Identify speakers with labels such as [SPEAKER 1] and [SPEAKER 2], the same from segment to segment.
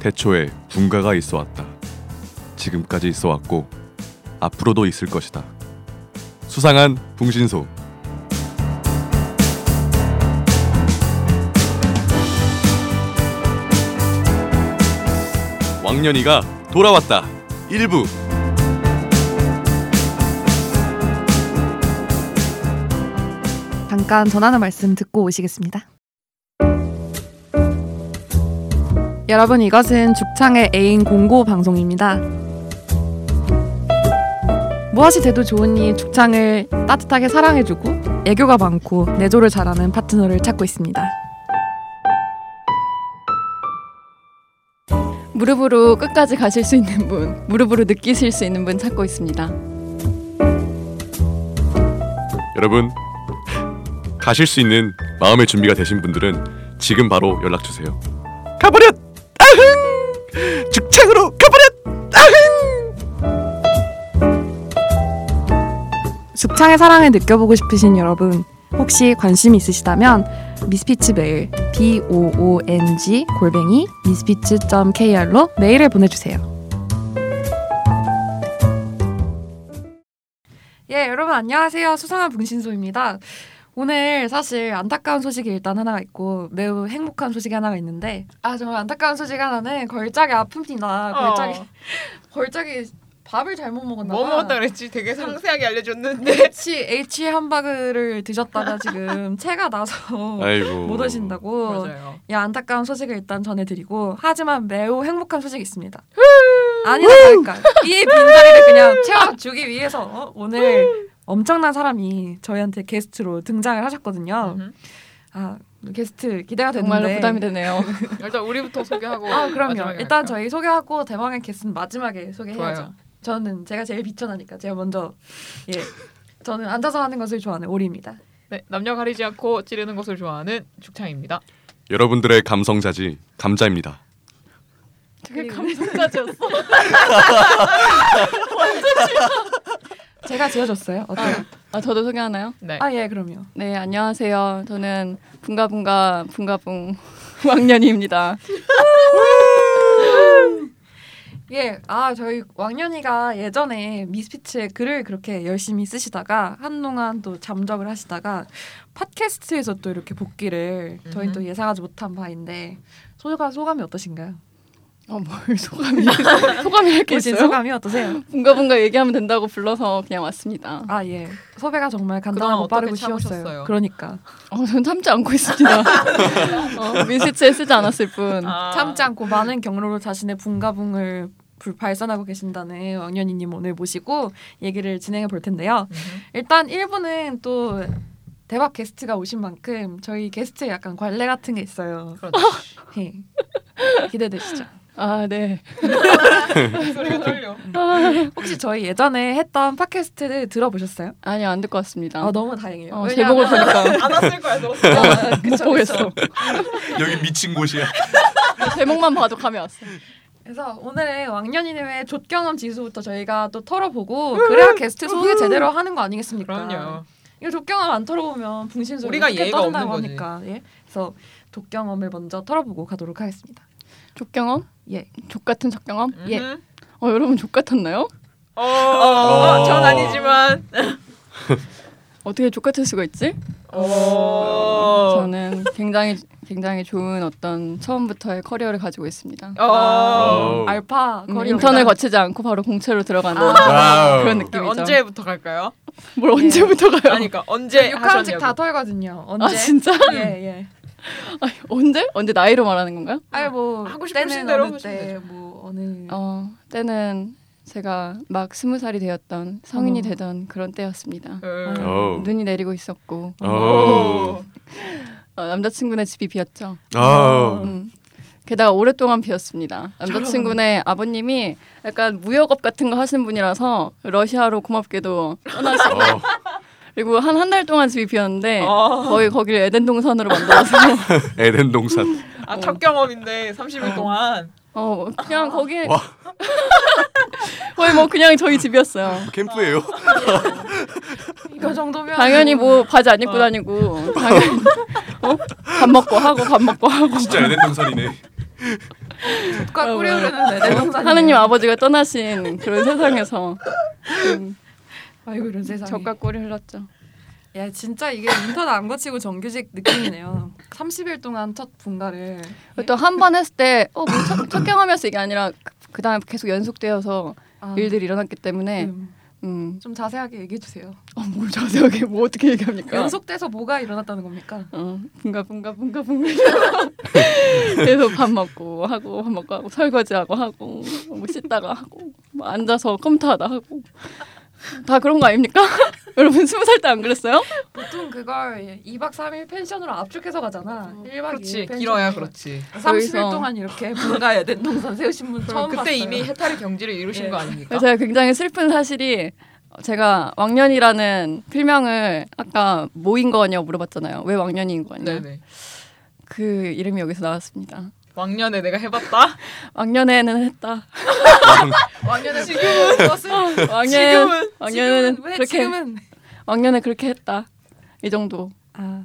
[SPEAKER 1] 태초에 분가가 있어 왔다. 지금까지 있어 왔고 앞으로도 있을 것이다. 수상한 붕신소. 왕년이가 돌아왔다. 1부.
[SPEAKER 2] 잠깐 전하는 말씀 듣고 오시겠습니다. 여러분 이것은 죽창의 애인 공고 방송입니다. 무엇이 돼도 좋으니 죽창을 따뜻하게 사랑해주고 애교가 많고 내조를 잘하는 파트너를 찾고 있습니다.
[SPEAKER 3] 무릎으로 끝까지 가실 수 있는 분, 무릎으로 느끼실 수 있는 분 찾고 있습니다.
[SPEAKER 1] 여러분 가실 수 있는 마음의 준비가 되신 분들은 지금 바로 연락 주세요. 가버렸. 아흥! 죽창으로 가버렸.
[SPEAKER 2] 죽창의 사랑을 느껴보고 싶으신 여러분 혹시 관심 있으시다면 미스피츠 메일 b o o n g 골뱅이 미스피츠.kr로 메일을 보내주세요. 예, 여러분 안녕하세요. 수상한 붕신소입니다. 오늘 사실 안타까운 소식이 일단 하나가 있고 매우 행복한 소식이 하나가 있는데 아 정말 안타까운 소식 하나는 걸작이 아픕니다. 걸작이
[SPEAKER 4] 어.
[SPEAKER 2] 걸작이 밥을 잘못 먹었나 봐.
[SPEAKER 4] 뭐 먹었다 그랬지? 되게 상세하게 알려줬는데
[SPEAKER 2] H H 햄버거를 드셨다가 지금 체가 나서
[SPEAKER 1] 아이고.
[SPEAKER 2] 못 오신다고.
[SPEAKER 4] 맞아요.
[SPEAKER 2] 야 안타까운 소식을 일단 전해드리고 하지만 매우 행복한 소식이 있습니다. 아니나 다를까 이 빈자리를 그냥 채워주기 위해서 어, 오늘 엄청난 사람이 저희한테 게스트로 등장을 하셨거든요.
[SPEAKER 4] 음흠.
[SPEAKER 2] 아 게스트 기대가 되는데
[SPEAKER 3] 정말로 부담이 되네요.
[SPEAKER 4] 일단 우리부터 소개하고.
[SPEAKER 2] 아 그럼요.
[SPEAKER 4] 마지막에
[SPEAKER 2] 일단
[SPEAKER 4] 할까요?
[SPEAKER 2] 저희 소개하고 대망의 게스트는 마지막에 소개해야죠.
[SPEAKER 4] 좋아요.
[SPEAKER 2] 저는 제가 제일 비천하니까 제가 먼저 예 저는 앉아서 하는 것을 좋아하는 오리입니다.
[SPEAKER 4] 네, 남녀 가리지 않고 찌르는 것을 좋아하는 죽창입니다.
[SPEAKER 1] 여러분들의 감성자지 감자입니다.
[SPEAKER 3] 되게 감동까지였어.
[SPEAKER 2] 제가 지어줬어요. 어때요?
[SPEAKER 3] 아 저도 소개하나요?
[SPEAKER 4] 네.
[SPEAKER 2] 아 예, 그럼요.
[SPEAKER 3] 네 안녕하세요. 저는 붕가붕가 붕가붕 왕년입니다.
[SPEAKER 2] 예, 아 저희 왕년이가 예전에 미스피츠의 글을 그렇게 열심히 쓰시다가 한동안 또 잠적을 하시다가 팟캐스트에서 또 이렇게 복귀를 저희
[SPEAKER 4] 음흠.
[SPEAKER 2] 또 예상하지 못한 바인데 소감 소감이 어떠신가요?
[SPEAKER 3] 아, 어뭘 소감이 소감이 이렇게
[SPEAKER 2] 오신
[SPEAKER 3] 있어요?
[SPEAKER 2] 소감이 어떠세요?
[SPEAKER 3] 붕가붕가 얘기하면 된다고 불러서 그냥 왔습니다.
[SPEAKER 2] 아 예, 섭외가 정말
[SPEAKER 4] 그동안
[SPEAKER 2] 간단하고
[SPEAKER 4] 어떻게
[SPEAKER 2] 빠르고 쉬웠어요.
[SPEAKER 4] 참으셨어요?
[SPEAKER 2] 그러니까
[SPEAKER 3] 어, 전 참지 않고 있습니다. 어, 민스치에 쓰지 않았을 뿐.
[SPEAKER 4] 아.
[SPEAKER 2] 참지 않고 많은 경로로 자신의 붕가붕을 불 발산하고 계신다는 왕년이님 오늘 모시고 얘기를 진행해 볼 텐데요.
[SPEAKER 4] 음흠.
[SPEAKER 2] 일단 1부는 또 대박 게스트가 오신 만큼 저희 게스트에 약간 관례 같은 게 있어요.
[SPEAKER 4] 그렇지.
[SPEAKER 2] 예. 기대되시죠?
[SPEAKER 3] 아 네.
[SPEAKER 4] 소리가 떨려.
[SPEAKER 2] 혹시 저희 예전에 했던 팟캐스트를 들어보셨어요?
[SPEAKER 3] 아니요 안 될 것 같습니다.
[SPEAKER 2] 아 너무 다행이에요. 아,
[SPEAKER 3] 어, 제목을 보니까
[SPEAKER 4] 안 왔을 거야, 너.
[SPEAKER 3] 못 보겠어.
[SPEAKER 1] 여기 미친 곳이야.
[SPEAKER 3] 제목만 봐도 감이 왔어.
[SPEAKER 2] 그래서 오늘은 왕년이님의 좆경험 지수부터 저희가 또 털어보고 그래야 게스트 소개 제대로 하는 거 아니겠습니까?
[SPEAKER 4] 그럼요.
[SPEAKER 2] 이거 족경험 안 털어보면 붕신소
[SPEAKER 4] 우리가 예의가 없는 거지.
[SPEAKER 2] 하니까 예. 그래서 족경험을 먼저 털어보고 가도록 하겠습니다.
[SPEAKER 3] 족경험?
[SPEAKER 2] 예.
[SPEAKER 3] 족 같은 족경험?
[SPEAKER 4] 음흠.
[SPEAKER 2] 예.
[SPEAKER 3] 어 여러분 족 같았나요?
[SPEAKER 4] 어, 어, 전 아니지만.
[SPEAKER 3] 어떻게 족 같을 수가 있지?
[SPEAKER 4] 어.
[SPEAKER 3] 저는 굉장히 굉장히 좋은 어떤 처음부터의 커리어를 가지고 있습니다.
[SPEAKER 4] 어.
[SPEAKER 2] 아,
[SPEAKER 1] 오.
[SPEAKER 2] 알파
[SPEAKER 3] 음,
[SPEAKER 2] 거리
[SPEAKER 3] 인턴을
[SPEAKER 2] 연장.
[SPEAKER 3] 거치지 않고 바로 공채로 들어가는
[SPEAKER 1] 와우.
[SPEAKER 3] 그런 느낌이죠.
[SPEAKER 4] 아. 언제부터 갈까요?
[SPEAKER 3] 뭘 언제부터 가요?
[SPEAKER 4] 아니, 그러니까 언제
[SPEAKER 2] 육하원칙
[SPEAKER 4] 하셨냐고.
[SPEAKER 2] 다 털거든요. 언제?
[SPEAKER 3] 아 진짜?
[SPEAKER 2] 예 예.
[SPEAKER 3] 아니, 언제? 언제 나이로 말하는 건가요?
[SPEAKER 2] 아니 뭐
[SPEAKER 4] 하고 싶으신
[SPEAKER 2] 때는
[SPEAKER 4] 대로
[SPEAKER 2] 어느
[SPEAKER 4] 하시면
[SPEAKER 2] 때,
[SPEAKER 4] 되죠.
[SPEAKER 2] 뭐 어느
[SPEAKER 4] 음.
[SPEAKER 3] 어 때는 제가 막 스무 살이 되었던 성인이
[SPEAKER 2] 어.
[SPEAKER 3] 되던 그런 때였습니다.
[SPEAKER 4] 어.
[SPEAKER 1] 오.
[SPEAKER 3] 눈이 내리고 있었고
[SPEAKER 1] 오.
[SPEAKER 3] 어, 남자친구네 집이 비었죠.
[SPEAKER 1] 아.
[SPEAKER 3] 음. 게다가 오랫동안 비었습니다. 남자친구네 아버님이 약간 무역업 같은 거 하신 분이라서 러시아로 고맙게도
[SPEAKER 1] 어.
[SPEAKER 3] 그리고 한 한 달 동안 집이 비었는데
[SPEAKER 4] 어.
[SPEAKER 3] 거의 거기를 에덴 동산으로 만들어서
[SPEAKER 1] 에덴 동산.
[SPEAKER 4] 아, 첫 경험인데 30일 동안.
[SPEAKER 3] 어 그냥 거기
[SPEAKER 1] 와.
[SPEAKER 3] 거의 뭐 그냥 저희 집이었어요.
[SPEAKER 1] 캠프예요.
[SPEAKER 2] 이거 정도면
[SPEAKER 3] 당연히 뭐 바지 안 입고 다니고 당연히 어? 밥 먹고 하고 밥 먹고 하고
[SPEAKER 1] 진짜 에덴 동산이네.
[SPEAKER 2] 과 꾸려오르는 네, 내 동산.
[SPEAKER 3] 어, 뭐 하느님 아버지가 떠나신 그런 세상에서 음,
[SPEAKER 2] 아이고 이런 세상에.
[SPEAKER 3] 적과 꿀이 흘렀죠.
[SPEAKER 2] 야 진짜 이게 인턴 안 거치고 정규직 느낌이네요. 30일 동안 첫 분가를.
[SPEAKER 3] 또 한 번 했을 때 어, 뭐 첫, 첫 경험이었어 이게 아니라 그 다음에 계속 연속되어서
[SPEAKER 2] 아,
[SPEAKER 3] 일들이 일어났기 때문에
[SPEAKER 2] 음,
[SPEAKER 3] 음,
[SPEAKER 2] 좀 자세하게 얘기해 주세요.
[SPEAKER 3] 어뭘 자세하게 뭐 어떻게 얘기합니까?
[SPEAKER 2] 연속돼서 뭐가 일어났다는 겁니까?
[SPEAKER 3] 어, 분가 분가 분가 분가 계속 밥 먹고 하고 밥 먹고 하고 설거지하고 하고 뭐 씻다가 하고 뭐 앉아서 컴퓨터하다 하고 다 그런 거 아닙니까? 여러분 스무 살 때 안 그랬어요?
[SPEAKER 2] 보통 그걸 2박 3일 펜션으로 압축해서 가잖아. 1박
[SPEAKER 4] 그렇지
[SPEAKER 2] 2일
[SPEAKER 4] 길어야 어, 그렇지.
[SPEAKER 2] 30일
[SPEAKER 3] 거기서.
[SPEAKER 2] 동안 이렇게 분가에 내 동산 세우신 분 처음
[SPEAKER 4] 그때
[SPEAKER 2] 봤어요.
[SPEAKER 4] 이미 해탈의 경지를 이루신
[SPEAKER 2] 예.
[SPEAKER 4] 거 아닙니까?
[SPEAKER 3] 그래서 제가 굉장히 슬픈 사실이 제가 왕년이라는 필명을 아까 뭐인 거냐 물어봤잖아요. 왜 왕년인 거냐?
[SPEAKER 4] 네네.
[SPEAKER 3] 그 이름이 여기서 나왔습니다.
[SPEAKER 4] 왕년에 내가 해봤다.
[SPEAKER 3] 왕년에는 했다.
[SPEAKER 4] 왕년에 지금은 무엇을?
[SPEAKER 3] 왕년
[SPEAKER 4] 지금은
[SPEAKER 3] 왕년에는
[SPEAKER 2] 어. 지금은 왜
[SPEAKER 3] 그렇게
[SPEAKER 2] 지금은
[SPEAKER 3] 왕년에 그렇게 했다. 이 정도
[SPEAKER 2] 아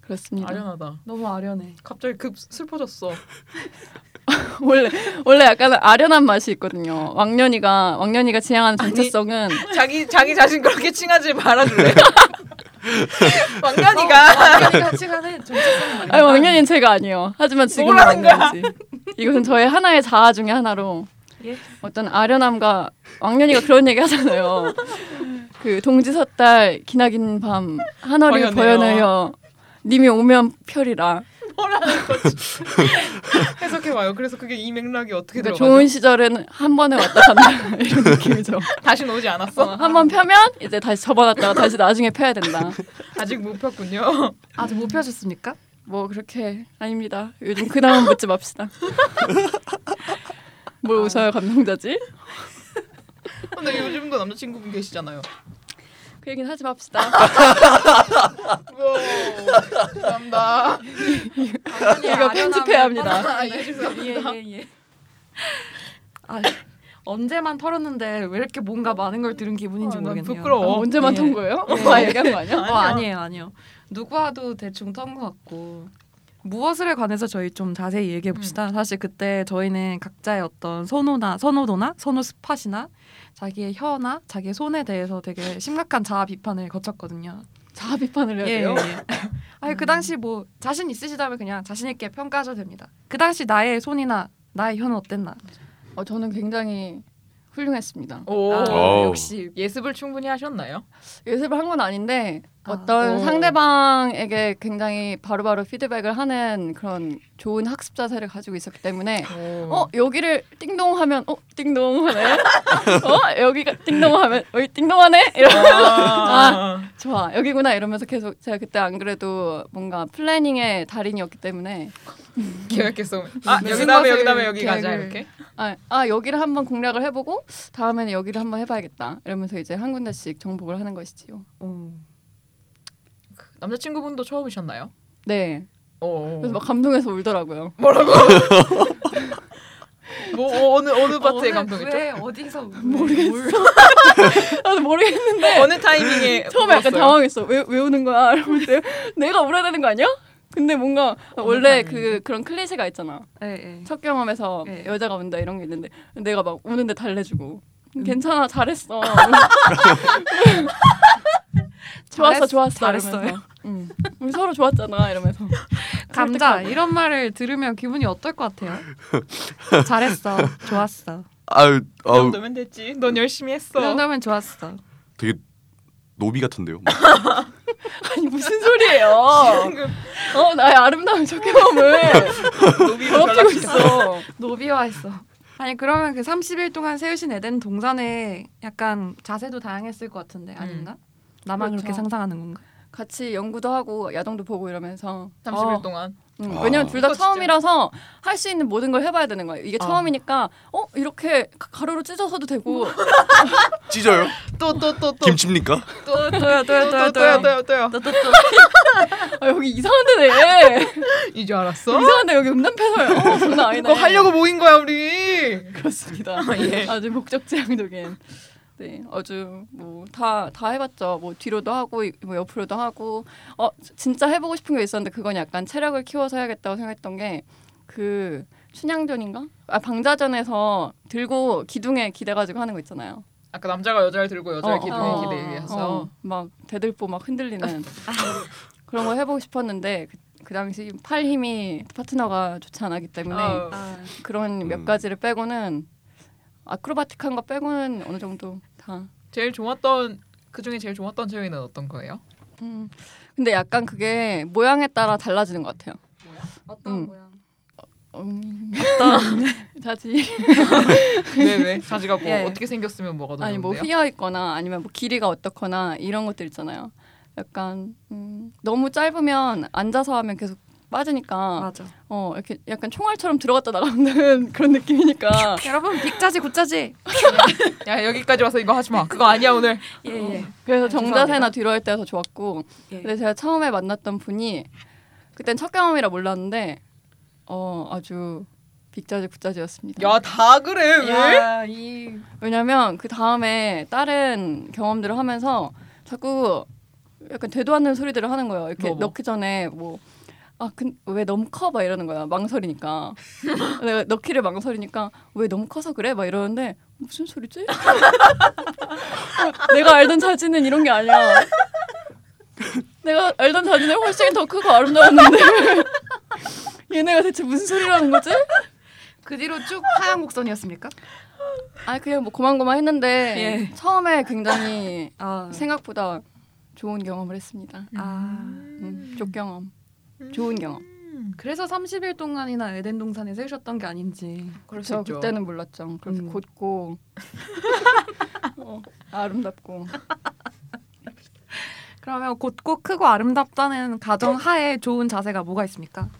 [SPEAKER 3] 그렇습니다.
[SPEAKER 4] 아련하다.
[SPEAKER 2] 너무 아련해.
[SPEAKER 4] 갑자기 급 슬퍼졌어.
[SPEAKER 3] 원래 원래 약간 아련한 맛이 있거든요. 왕년이가 왕년이가 지향하는 정체성은
[SPEAKER 4] 자기 자기 자신 그렇게 칭하지 말아줄래? 왕년이가
[SPEAKER 2] 왕년이가 시간은 정체성
[SPEAKER 3] 아니 왕년인 제가 아니에요. 하지만 지금
[SPEAKER 4] 뭐라는 거야?
[SPEAKER 3] 왕년이지. 이것은 저의 하나의 자아 중에 하나로
[SPEAKER 2] 예.
[SPEAKER 3] 어떤 아련함과 왕년이가 그런 얘기 하잖아요. 그 동지섣달 기나긴 밤 한월이
[SPEAKER 4] 버여내요.
[SPEAKER 3] 버여내요. 님이 오면 펴리라.
[SPEAKER 4] 어, 뭐라는 거지? 해석해봐요. 그래서 그게 이 맥락이 어떻게
[SPEAKER 3] 그러니까
[SPEAKER 4] 들어가죠?
[SPEAKER 3] 좋은 시절에는 한 번에 왔다 간다 이런 느낌이죠.
[SPEAKER 4] 다시 오지 않았어.
[SPEAKER 3] 한 번 펴면 이제 다시 접어놨다가 다시 나중에 펴야 된다.
[SPEAKER 4] 아직 못 폈군요.
[SPEAKER 2] 아직 못 펴셨습니까?
[SPEAKER 3] 뭐 그렇게 아닙니다. 요즘 그 다음 묻지 맙시다. 뭘 웃어요 감동자지?
[SPEAKER 4] 근데 요즘도 남자친구분 계시잖아요.
[SPEAKER 3] 그 얘기는 하지 맙시다.
[SPEAKER 4] 우와, 감사합니다. 아, 예,
[SPEAKER 3] 이거 편집해야 합니다.
[SPEAKER 2] 예예 예. 아 언제만 털었는데 왜 이렇게 뭔가 많은 걸 들은 기분인지
[SPEAKER 4] 아, 난
[SPEAKER 2] 모르겠네요.
[SPEAKER 3] 어,
[SPEAKER 4] 부끄러워.
[SPEAKER 3] 언제만
[SPEAKER 2] 예.
[SPEAKER 3] 턴 거예요?
[SPEAKER 2] 예.
[SPEAKER 3] 오빠 얘기한 거 아니야?
[SPEAKER 2] 어 아니에요 아니요. 누구와도 대충 턴 것 같고 무엇을에 관해서 저희 좀 자세히 얘기해 봅시다.
[SPEAKER 3] 음.
[SPEAKER 2] 사실 그때 저희는 각자의 어떤 선호나 선호도나 선호 스팟이나 자기의 혀나 자기의 손에 대해서 되게 심각한 자아 비판을 거쳤거든요. 예,
[SPEAKER 3] 자아 비판을 해야 돼요. 음.
[SPEAKER 2] 아니 그 당시 뭐 자신 있으시다면 그냥 자신 있게 평가하셔도 됩니다. 그 당시 나의 손이나 나의 혀는 어땠나?
[SPEAKER 3] 어, 저는 굉장히 훌륭했습니다.
[SPEAKER 4] 어, 오.
[SPEAKER 2] 아,
[SPEAKER 1] 오.
[SPEAKER 2] 역시
[SPEAKER 4] 예습을 충분히 하셨나요?
[SPEAKER 3] 예습을 한 건 아닌데
[SPEAKER 2] 아,
[SPEAKER 3] 어떤
[SPEAKER 4] 오.
[SPEAKER 3] 상대방에게 굉장히 바로바로 피드백을 하는 그런 좋은 학습 자세를 가지고 있었기 때문에 어 여기를 띵동 하면 어 띵동 하네 어 여기가 띵동 하면 어이 띵동하네 이런
[SPEAKER 4] 아.
[SPEAKER 3] 좋아 여기구나 이러면서 계속 제가 그때 안 그래도 뭔가 플래닝의 달인이었기 때문에
[SPEAKER 4] 계획했어. 아
[SPEAKER 2] 무슨
[SPEAKER 4] 여기 다음에 여기
[SPEAKER 2] 맛을
[SPEAKER 4] 다음에 여기 가자
[SPEAKER 2] 계획을.
[SPEAKER 4] 이렇게.
[SPEAKER 3] 아, 아 여기를 한번 공략을 해보고 다음에는 여기를 한번 해봐야겠다 이러면서 이제 한 군데씩 정복을 하는 것이지요.
[SPEAKER 2] 어,
[SPEAKER 4] 남자친구분도 처음이셨나요?
[SPEAKER 3] 네
[SPEAKER 4] 어.
[SPEAKER 3] 그래서 막 감동해서 울더라고요.
[SPEAKER 4] 뭐라고? 뭐 어, 어느 어느 파트에
[SPEAKER 2] 오늘
[SPEAKER 4] 감동했죠?
[SPEAKER 2] 왜 어디서
[SPEAKER 3] 음, 모르겠어. 나도 모르겠는데
[SPEAKER 4] 네, 어느 타이밍에
[SPEAKER 3] 처음에 약간
[SPEAKER 4] 울었어요?
[SPEAKER 3] 당황했어. 왜, 왜 우는 거야? 이러면서 내가 울어야 되는 거 아니야? 근데 뭔가 원래 그 그런 클리셰가 있잖아.
[SPEAKER 2] 예예.
[SPEAKER 3] 첫 경험에서
[SPEAKER 2] 네.
[SPEAKER 3] 여자가 운다 이런 게 있는데 내가 막 우는데 달래주고 괜찮아 잘했어 좋았어
[SPEAKER 2] 잘했-
[SPEAKER 3] 좋았어
[SPEAKER 2] 잘했어요. 음.
[SPEAKER 3] 이러면서. 응. 우리 서로 좋았잖아 이러면서
[SPEAKER 2] 감자 이런 말을 들으면 기분이 어떨 것 같아요? 잘했어, 좋았어.
[SPEAKER 1] 아유
[SPEAKER 4] 그
[SPEAKER 1] 아우
[SPEAKER 4] 정도면 됐지. 넌 열심히
[SPEAKER 2] 그
[SPEAKER 4] 했어.
[SPEAKER 2] 정도면 좋았어.
[SPEAKER 1] 되게 노비 같은데요.
[SPEAKER 3] 아니 무슨 소리예요
[SPEAKER 4] 방금
[SPEAKER 3] 어 나의 아름다운 첫 경험을
[SPEAKER 4] 그 노비로
[SPEAKER 3] 더럽히고
[SPEAKER 4] 전락했어.
[SPEAKER 3] 있어
[SPEAKER 2] 노비화했어. 아니 그러면 그 30일 동안 세우신 에덴 동산에 약간 자세도 다양했을 것 같은데 아닌가? 나만 그렇게
[SPEAKER 3] 그렇죠.
[SPEAKER 2] 상상하는 건가?
[SPEAKER 3] 같이 연구도 하고 야동도 보고 이러면서
[SPEAKER 4] 30일
[SPEAKER 3] 어,
[SPEAKER 4] 동안.
[SPEAKER 3] 응.
[SPEAKER 1] 아.
[SPEAKER 3] 왜냐면 둘 다
[SPEAKER 4] 그거 진짜.
[SPEAKER 3] 처음이라서 할 수 있는 모든 걸 해봐야 되는 거예요 이게
[SPEAKER 4] 아.
[SPEAKER 3] 처음이니까 어 이렇게 가- 가로로 찢어서도 되고
[SPEAKER 1] 찢어요?
[SPEAKER 4] 또 또 또 또.
[SPEAKER 1] 김치입니까?
[SPEAKER 4] 또
[SPEAKER 2] 또요 또요
[SPEAKER 4] 또요 또요 또요 또요.
[SPEAKER 2] 또또또
[SPEAKER 3] 아, 여기 이상한 데네
[SPEAKER 4] 이제 알았어?
[SPEAKER 3] 이상한데 여기 음란패서요. 어, 장난 아니네.
[SPEAKER 4] 그거 하려고 모인 거야 우리.
[SPEAKER 3] 그렇습니다. 네.
[SPEAKER 4] 예.
[SPEAKER 3] 아주 목적지향적인. 네, 아주 뭐 다 다 해봤죠. 뭐 뒤로도 하고 이- 뭐 옆으로도 하고. 어 진짜 해보고 싶은 게 있었는데 그건 약간 체력을 키워서 해야겠다고 생각했던 게 그 춘향전인가? 아 방자전에서 들고 기둥에 기대가지고 하는 거 있잖아요.
[SPEAKER 4] 아까 남자가 여자를 들고 여자를
[SPEAKER 3] 어,
[SPEAKER 4] 기둥에
[SPEAKER 3] 어,
[SPEAKER 4] 기대해서
[SPEAKER 3] 어, 막 대들보 막 흔들리는 그런 거 해보고 싶었는데 그, 그 당시 팔 힘이 파트너가 좋지 않았기 때문에
[SPEAKER 4] 어.
[SPEAKER 2] 아,
[SPEAKER 3] 그런
[SPEAKER 1] 음.
[SPEAKER 3] 몇 가지를 빼고는 아크로바틱한 거 빼고는 어느 정도 다.
[SPEAKER 4] 제일 좋았던 그 중에 제일 좋았던 체육이는 어떤 거예요?
[SPEAKER 3] 음. 근데 약간 그게 모양에 따라 달라지는 것 같아요.
[SPEAKER 2] 어떤
[SPEAKER 3] 음.
[SPEAKER 2] 모양?
[SPEAKER 3] 음. 자지.
[SPEAKER 4] 네네 자지가 뭐
[SPEAKER 2] 예.
[SPEAKER 4] 어떻게 생겼으면 뭐가 더
[SPEAKER 3] 아니 뭐
[SPEAKER 4] 좋은데요?
[SPEAKER 3] 휘어 있거나 아니면 뭐 길이가 어떻거나 이런 것들 있잖아요. 약간 음, 너무 짧으면 앉아서 하면 계속 빠지니까
[SPEAKER 2] 맞아.
[SPEAKER 3] 어 이렇게 약간 총알처럼 들어갔다 나가는 그런 느낌이니까
[SPEAKER 2] 여러분 빅자지 굿자지.
[SPEAKER 4] 야 여기까지 와서 이거 하지 마 그거 아니야 오늘
[SPEAKER 2] 예예.
[SPEAKER 3] 그래서
[SPEAKER 2] 아,
[SPEAKER 3] 정자세나
[SPEAKER 2] 죄송합니다.
[SPEAKER 3] 뒤로 할 때가 좋았고
[SPEAKER 2] 예.
[SPEAKER 3] 근데 제가 처음에 만났던 분이 그땐 첫 경험이라 몰랐는데 어 아주 빅자지 굿자지였습니다.
[SPEAKER 4] 야 다 그래 왜?
[SPEAKER 2] 야이
[SPEAKER 3] 왜냐면 그 다음에 다른 경험들을 하면서 자꾸 약간 되도 않는 소리들을 하는 거예요. 이렇게
[SPEAKER 4] 뭐, 뭐?
[SPEAKER 3] 넣기 전에 뭐 아, 근- 왜 너무 커? 막 이러는 거야. 망설이니까. 내가 넣기를 망설이니까 왜 너무 커서 그래? 막 이러는데 무슨 소리지? 내가 알던 자지는 이런 게 아니야. 내가 알던 자지는 훨씬 더 크고 아름다웠는데 얘네가 대체 무슨 소리라는 거지?
[SPEAKER 2] 그 뒤로 쭉 하얀 곡선이었습니까?
[SPEAKER 3] 아 그냥 뭐 고만고만 했는데
[SPEAKER 2] 예.
[SPEAKER 3] 처음에 굉장히
[SPEAKER 2] 아.
[SPEAKER 3] 생각보다 좋은 경험을 했습니다.
[SPEAKER 2] 아.
[SPEAKER 3] 음, 좋경험. 좋은 경험.
[SPEAKER 2] 그래서 30일 동안이나 에덴 동산에 세우셨던 게 아닌지.
[SPEAKER 4] 그럴 수
[SPEAKER 3] 저
[SPEAKER 4] 있죠
[SPEAKER 3] 그때는 몰랐죠. 그렇게
[SPEAKER 2] 음.
[SPEAKER 3] 곧고 어, 아름답고
[SPEAKER 2] 그러면 곧고 크고 아름답다는 가정 하에 좋은 자세가 뭐가 있습니까?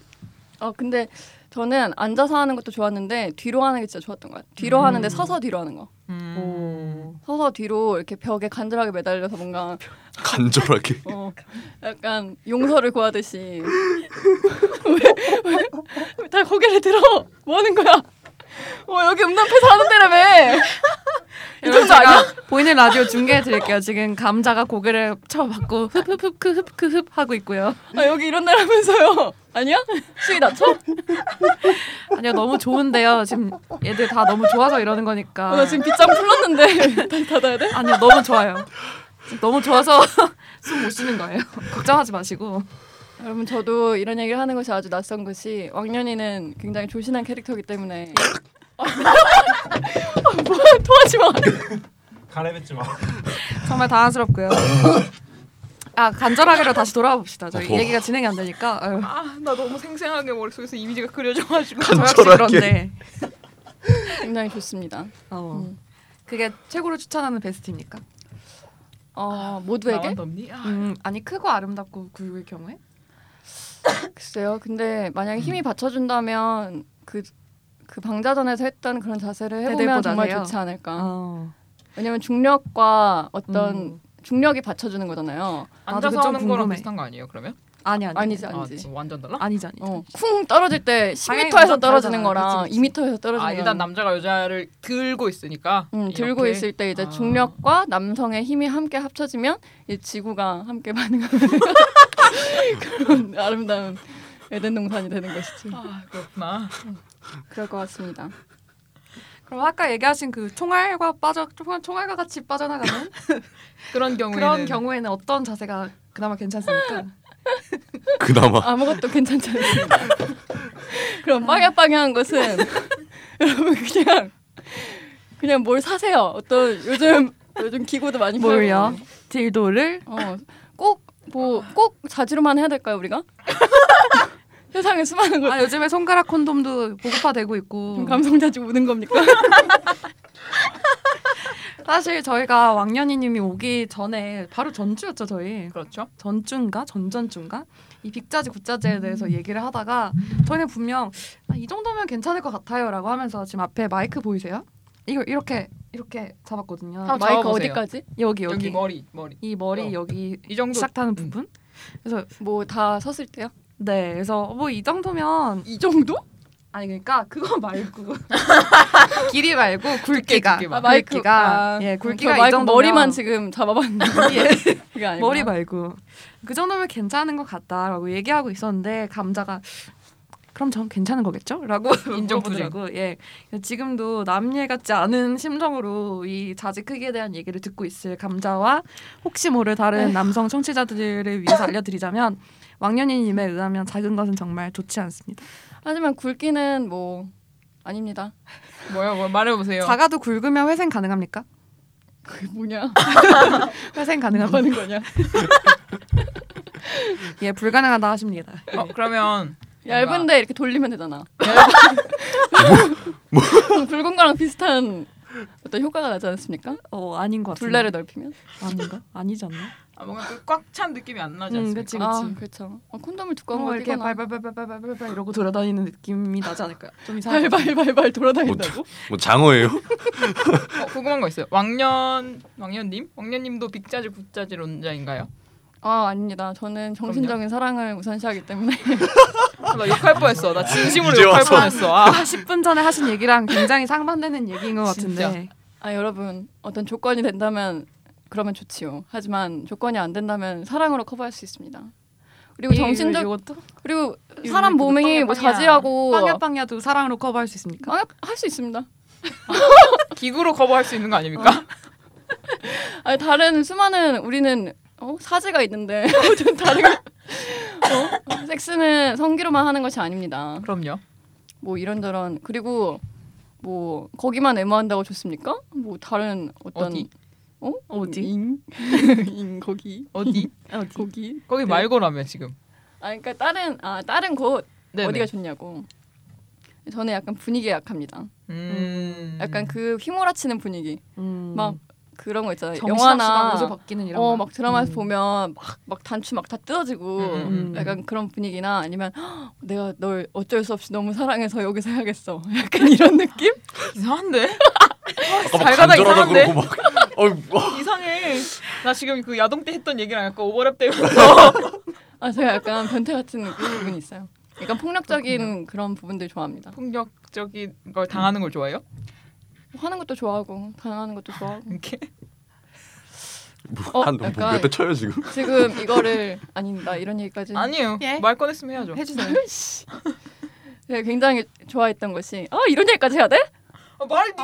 [SPEAKER 3] 어 근데 저는 앉아서 하는 것도 좋았는데 뒤로 하는 게 진짜 좋았던 것 같아요. 뒤로
[SPEAKER 4] 음.
[SPEAKER 3] 하는데 서서 뒤로 하는 거.
[SPEAKER 4] 음.
[SPEAKER 3] 서서 뒤로 이렇게 벽에 간절하게 매달려서 뭔가
[SPEAKER 1] 간절하게
[SPEAKER 3] 어, 약간 용서를 구하듯이 왜다 고개를 들어 뭐 하는 거야? 어 여기 음담패 사는 데라며 이 정도 아니야?
[SPEAKER 2] 제가 보이는 라디오 중계해 드릴게요. 지금 감자가 고개를 쳐박고 흡흡흡크 흡크흡 하고 있고요.
[SPEAKER 3] 아 여기 이런 데라면서요? 아니야? 수위 낮춰?
[SPEAKER 2] 아니요 너무 좋은데요. 지금 얘들 다 너무 좋아서 이러는
[SPEAKER 3] 어, 나
[SPEAKER 2] 거니까.
[SPEAKER 3] 지금 빗장 풀렀는데 다시 닫아야 돼?
[SPEAKER 2] 아니요 너무 좋아요. 지금 너무 좋아서 숨 못 쉬는 거예요. 걱정하지 마시고.
[SPEAKER 3] 여러분 저도 이런 얘기를 하는 것이 아주 낯선 것이 왕년이는 굉장히 조신한 캐릭터이기 때문에 아, 뭐야 토하지 마.
[SPEAKER 5] 가래뱉지 마.
[SPEAKER 2] 정말 당황스럽고요. 아 간절하게로 다시 돌아와 봅시다. 저희
[SPEAKER 1] 어허.
[SPEAKER 2] 얘기가 진행이 안 되니까. 아유,
[SPEAKER 4] 아나 너무 생생하게 머릿속에서 이미지가 그려져가지고
[SPEAKER 2] 저 역시
[SPEAKER 1] 간절하게.
[SPEAKER 2] 그런데.
[SPEAKER 3] 굉장히 좋습니다.
[SPEAKER 2] 어.
[SPEAKER 3] 음.
[SPEAKER 2] 그게 최고로 추천하는 베스트입니까?
[SPEAKER 3] 어
[SPEAKER 4] 나만
[SPEAKER 3] 모두에게
[SPEAKER 4] 덥니? 아,
[SPEAKER 2] 음, 아니 크고 아름답고 굵을 경우에?
[SPEAKER 3] 글쎄요. 근데 만약에
[SPEAKER 4] 음.
[SPEAKER 3] 힘이 받쳐준다면 그. 그 방자전에서 했던 그런 자세를 네, 아. 해보면
[SPEAKER 2] 대들보
[SPEAKER 3] 정말
[SPEAKER 2] 자세요?
[SPEAKER 3] 좋지 않을까.
[SPEAKER 2] 어.
[SPEAKER 3] 왜냐면 중력과 어떤
[SPEAKER 2] 음.
[SPEAKER 3] 중력이 받쳐주는 거잖아요.
[SPEAKER 4] 앉아서
[SPEAKER 2] 그좀
[SPEAKER 4] 하는 거랑
[SPEAKER 2] 궁금해.
[SPEAKER 4] 비슷한 거 아니에요 그러면?
[SPEAKER 2] 아니 아니.
[SPEAKER 3] 아니지
[SPEAKER 4] 아,
[SPEAKER 3] 아니지.
[SPEAKER 4] 완전 달라?
[SPEAKER 2] 아니지 아니지.
[SPEAKER 3] 어, 쿵 떨어질 때
[SPEAKER 2] 방향이
[SPEAKER 3] 10m에서
[SPEAKER 2] 완전 다르잖아.
[SPEAKER 3] 떨어지는 거랑
[SPEAKER 2] 그치, 그치.
[SPEAKER 3] 2m에서 떨어지는
[SPEAKER 4] 아
[SPEAKER 3] 거랑
[SPEAKER 4] 일단 남자가 여자를 들고 있으니까
[SPEAKER 3] 응, 음, 들고
[SPEAKER 4] 이렇게.
[SPEAKER 3] 있을 때 이제
[SPEAKER 4] 아.
[SPEAKER 3] 중력과 남성의 힘이 함께 합쳐지면 이 지구가 함께 반응하는 그런 아름다운 에덴 동산이 되는 것이지.
[SPEAKER 4] 아 그렇구나
[SPEAKER 3] 그럴 것 같습니다.
[SPEAKER 2] 그럼 아까 얘기하신 그 총알과 빠져 총알, 총알과 같이 빠져나가는
[SPEAKER 4] 그런 경우에는
[SPEAKER 2] 그런 경우에는 어떤 자세가 그나마 괜찮습니까?
[SPEAKER 1] 그나마
[SPEAKER 3] 어, 아무것도 괜찮지 않습니다.
[SPEAKER 4] 아.
[SPEAKER 3] 그럼 빵야빵야한 것은 여러분 그냥 그냥 뭘 사세요. 어떤 요즘 요즘 기구도 많이 팔고
[SPEAKER 2] 뭘요? 딜도를
[SPEAKER 3] 어, 꼭 뭐 꼭 자지로만 해야 될까요 우리가? 세상에 수많은 걸
[SPEAKER 2] 아 요즘에 손가락 콘돔도 보급화되고
[SPEAKER 3] 지금
[SPEAKER 2] 있고
[SPEAKER 3] 음, 감성 자지 우는 겁니까?
[SPEAKER 2] 사실 저희가 왕년이님이 오기 전에 바로 전주였죠 저희
[SPEAKER 4] 그렇죠
[SPEAKER 2] 전주인가 전전주인가 이 빅자지 굿자지에 대해서 얘기를 하다가 저희는 분명 아, 이 정도면 괜찮을 것 같아요라고 하면서 지금 앞에 마이크 보이세요? 이거 이렇게 이렇게 잡았거든요.
[SPEAKER 4] 한번
[SPEAKER 3] 마이크
[SPEAKER 4] 잡아보세요.
[SPEAKER 3] 어디까지?
[SPEAKER 2] 여기
[SPEAKER 4] 여기,
[SPEAKER 2] 여기,
[SPEAKER 4] 머리 머리
[SPEAKER 2] 이 머리
[SPEAKER 4] 어.
[SPEAKER 2] 여기
[SPEAKER 4] 이 정도
[SPEAKER 2] 시작하는
[SPEAKER 4] 음.
[SPEAKER 2] 부분.
[SPEAKER 3] 뭐 다 섰을 때요?
[SPEAKER 2] 네, 그래서 뭐 이 정도면
[SPEAKER 3] 이 정도?
[SPEAKER 2] 아니 그러니까 그거 말고 길이 말고 굵기가
[SPEAKER 4] 두께, 두께
[SPEAKER 3] 아,
[SPEAKER 4] 아,
[SPEAKER 3] 마이크
[SPEAKER 2] 굵기가
[SPEAKER 3] 아,
[SPEAKER 2] 예 굵기가
[SPEAKER 3] 저
[SPEAKER 2] 이
[SPEAKER 3] 마이크
[SPEAKER 2] 정도면
[SPEAKER 3] 머리만 지금 잡아봤는데
[SPEAKER 2] 예,
[SPEAKER 3] 그게 아니고
[SPEAKER 2] 머리 말고 그 정도면 괜찮은 것 같다라고 얘기하고 있었는데 감자가 그럼 전 괜찮은 거겠죠? 라고
[SPEAKER 4] 인정
[SPEAKER 2] 물어보더라고. 예. 그래서 지금도 남일 같지 않은 심정으로 이 자지 크기에 대한 얘기를 듣고 있을 감자와 혹시 모를 다른 남성 청취자들을 위해서 알려드리자면 왕년이님에 의하면 작은 것은 정말 좋지 않습니다.
[SPEAKER 3] 하지만 굵기는 뭐 아닙니다.
[SPEAKER 4] 뭐야 뭐 말해보세요.
[SPEAKER 2] 작아도 굵으면 회생 가능합니까?
[SPEAKER 3] 그게 뭐냐?
[SPEAKER 2] 회생
[SPEAKER 3] 뭐 하는
[SPEAKER 2] 가능합니다.
[SPEAKER 3] 거냐? 뭐?
[SPEAKER 2] 예, 불가능하다 하십니다.
[SPEAKER 4] 어, 그러면
[SPEAKER 3] 얇은데 이렇게 돌리면 되잖아. 굵은 거랑 비슷한 어떤 효과가 나지 않습니까?
[SPEAKER 2] 어, 아닌 것 같아요.
[SPEAKER 3] 둘레를 넓히면?
[SPEAKER 2] 아닌가? 아니지 않나?
[SPEAKER 4] 아, 뭔가 꽉 찬 느낌이 안 나지
[SPEAKER 2] 음,
[SPEAKER 4] 않습니까?
[SPEAKER 2] 그치, 그치.
[SPEAKER 3] 아, 그렇죠. 어, 콘돔을 두꺼운
[SPEAKER 2] 어,
[SPEAKER 3] 걸
[SPEAKER 2] 이렇게
[SPEAKER 3] 끼거나
[SPEAKER 2] 발발발발발발발 이러고 돌아다니는 느낌이 나지 않을까요? 좀 이상해.
[SPEAKER 3] 발발발발 돌아다닌다고?
[SPEAKER 1] 뭐 장어예요?
[SPEAKER 4] 어, 궁금한 거 있어요. 왕년 왕년님 왕년님도 빅자지 굿자지 론자인가요?
[SPEAKER 3] 아 아닙니다. 저는 정신적인 사랑을 우선시하기 때문에
[SPEAKER 4] 아, 나 욕할 뻔했어. 나 진심으로
[SPEAKER 1] 이제
[SPEAKER 4] 욕할
[SPEAKER 1] 와서.
[SPEAKER 4] 뻔했어. 아.
[SPEAKER 2] 10분 전에 하신 얘기랑 굉장히 상반되는 얘기인 것 같은데.
[SPEAKER 3] 아 여러분 어떤 조건이 된다면 그러면 좋지요. 하지만 조건이 안 된다면 사랑으로 커버할 수 있습니다. 그리고 정신적
[SPEAKER 2] 이것도
[SPEAKER 3] 그리고 사람 몸이 뭐 자지하고 어?
[SPEAKER 2] 빵야빵야도 사랑으로 커버할 수 있습니까?
[SPEAKER 3] 할 수 있습니다.
[SPEAKER 4] 기구로 커버할 수 있는 거 아닙니까?
[SPEAKER 3] 아니 다른 수많은 우리는 어? 사지가 있는데 어떤 다른 어? 섹스는 성기로만 하는 것이 아닙니다.
[SPEAKER 4] 그럼요.
[SPEAKER 3] 뭐 이런저런 그리고 뭐 거기만 애무한다고 좋습니까? 뭐 다른 어떤
[SPEAKER 4] 어디?
[SPEAKER 3] 어?
[SPEAKER 2] 어디?
[SPEAKER 3] 잉? 잉 거기
[SPEAKER 4] 어디?
[SPEAKER 2] 어디?
[SPEAKER 3] 거기
[SPEAKER 4] 거기 말고라면 지금.
[SPEAKER 3] 아 그러니까 다른 아 다른 곳
[SPEAKER 4] 네네.
[SPEAKER 3] 어디가 좋냐고 저는 약간 분위기에 약합니다.
[SPEAKER 4] 음.
[SPEAKER 3] 약간 그 휘몰아치는 분위기
[SPEAKER 2] 음, 네,
[SPEAKER 3] 막 그런 거 있잖아요.
[SPEAKER 2] 영화나
[SPEAKER 3] 영화나
[SPEAKER 2] 옷을 벗기는 이런 거.
[SPEAKER 3] 어막 드라마에서
[SPEAKER 2] 음.
[SPEAKER 3] 보면 막 막 단추 막 다 뜯어지고
[SPEAKER 4] 음,
[SPEAKER 2] 음.
[SPEAKER 3] 약간 그런 분위기나 아니면 "헉, 내가 널 어쩔 수 없이 너무 사랑해서 여기서 해야겠어 약간 이런 느낌
[SPEAKER 4] 이상한데?
[SPEAKER 1] 아까 막
[SPEAKER 4] 발가닥
[SPEAKER 1] 간절하다
[SPEAKER 4] 이상한데?
[SPEAKER 1] 그러고 막. 어, 와.
[SPEAKER 4] 이상해. 나 지금 그 야동 때 했던 얘기랑 약간 오버랩 때문에.
[SPEAKER 3] 아 제가 약간 변태 같은 부분이 있어요 약간 폭력적인 그런 부분들 좋아합니다
[SPEAKER 4] 폭력적인 걸 당하는 걸 좋아해요?
[SPEAKER 3] 하는 것도 좋아하고 당하는 것도 좋아하고
[SPEAKER 4] 이렇게?
[SPEAKER 3] 어,
[SPEAKER 1] 뭐, 한몇대
[SPEAKER 3] 약간-
[SPEAKER 1] 쳐요 지금?
[SPEAKER 3] 지금 이거를 아닌다 이런 얘기까지
[SPEAKER 4] 아니에요.
[SPEAKER 2] 예?
[SPEAKER 4] 말 꺼냈으면 해야죠.
[SPEAKER 2] 해주세요.
[SPEAKER 3] 제가 네, 굉장히 좋아했던 것이 아 이런 얘기까지 해야 돼?
[SPEAKER 4] 아, 말이 네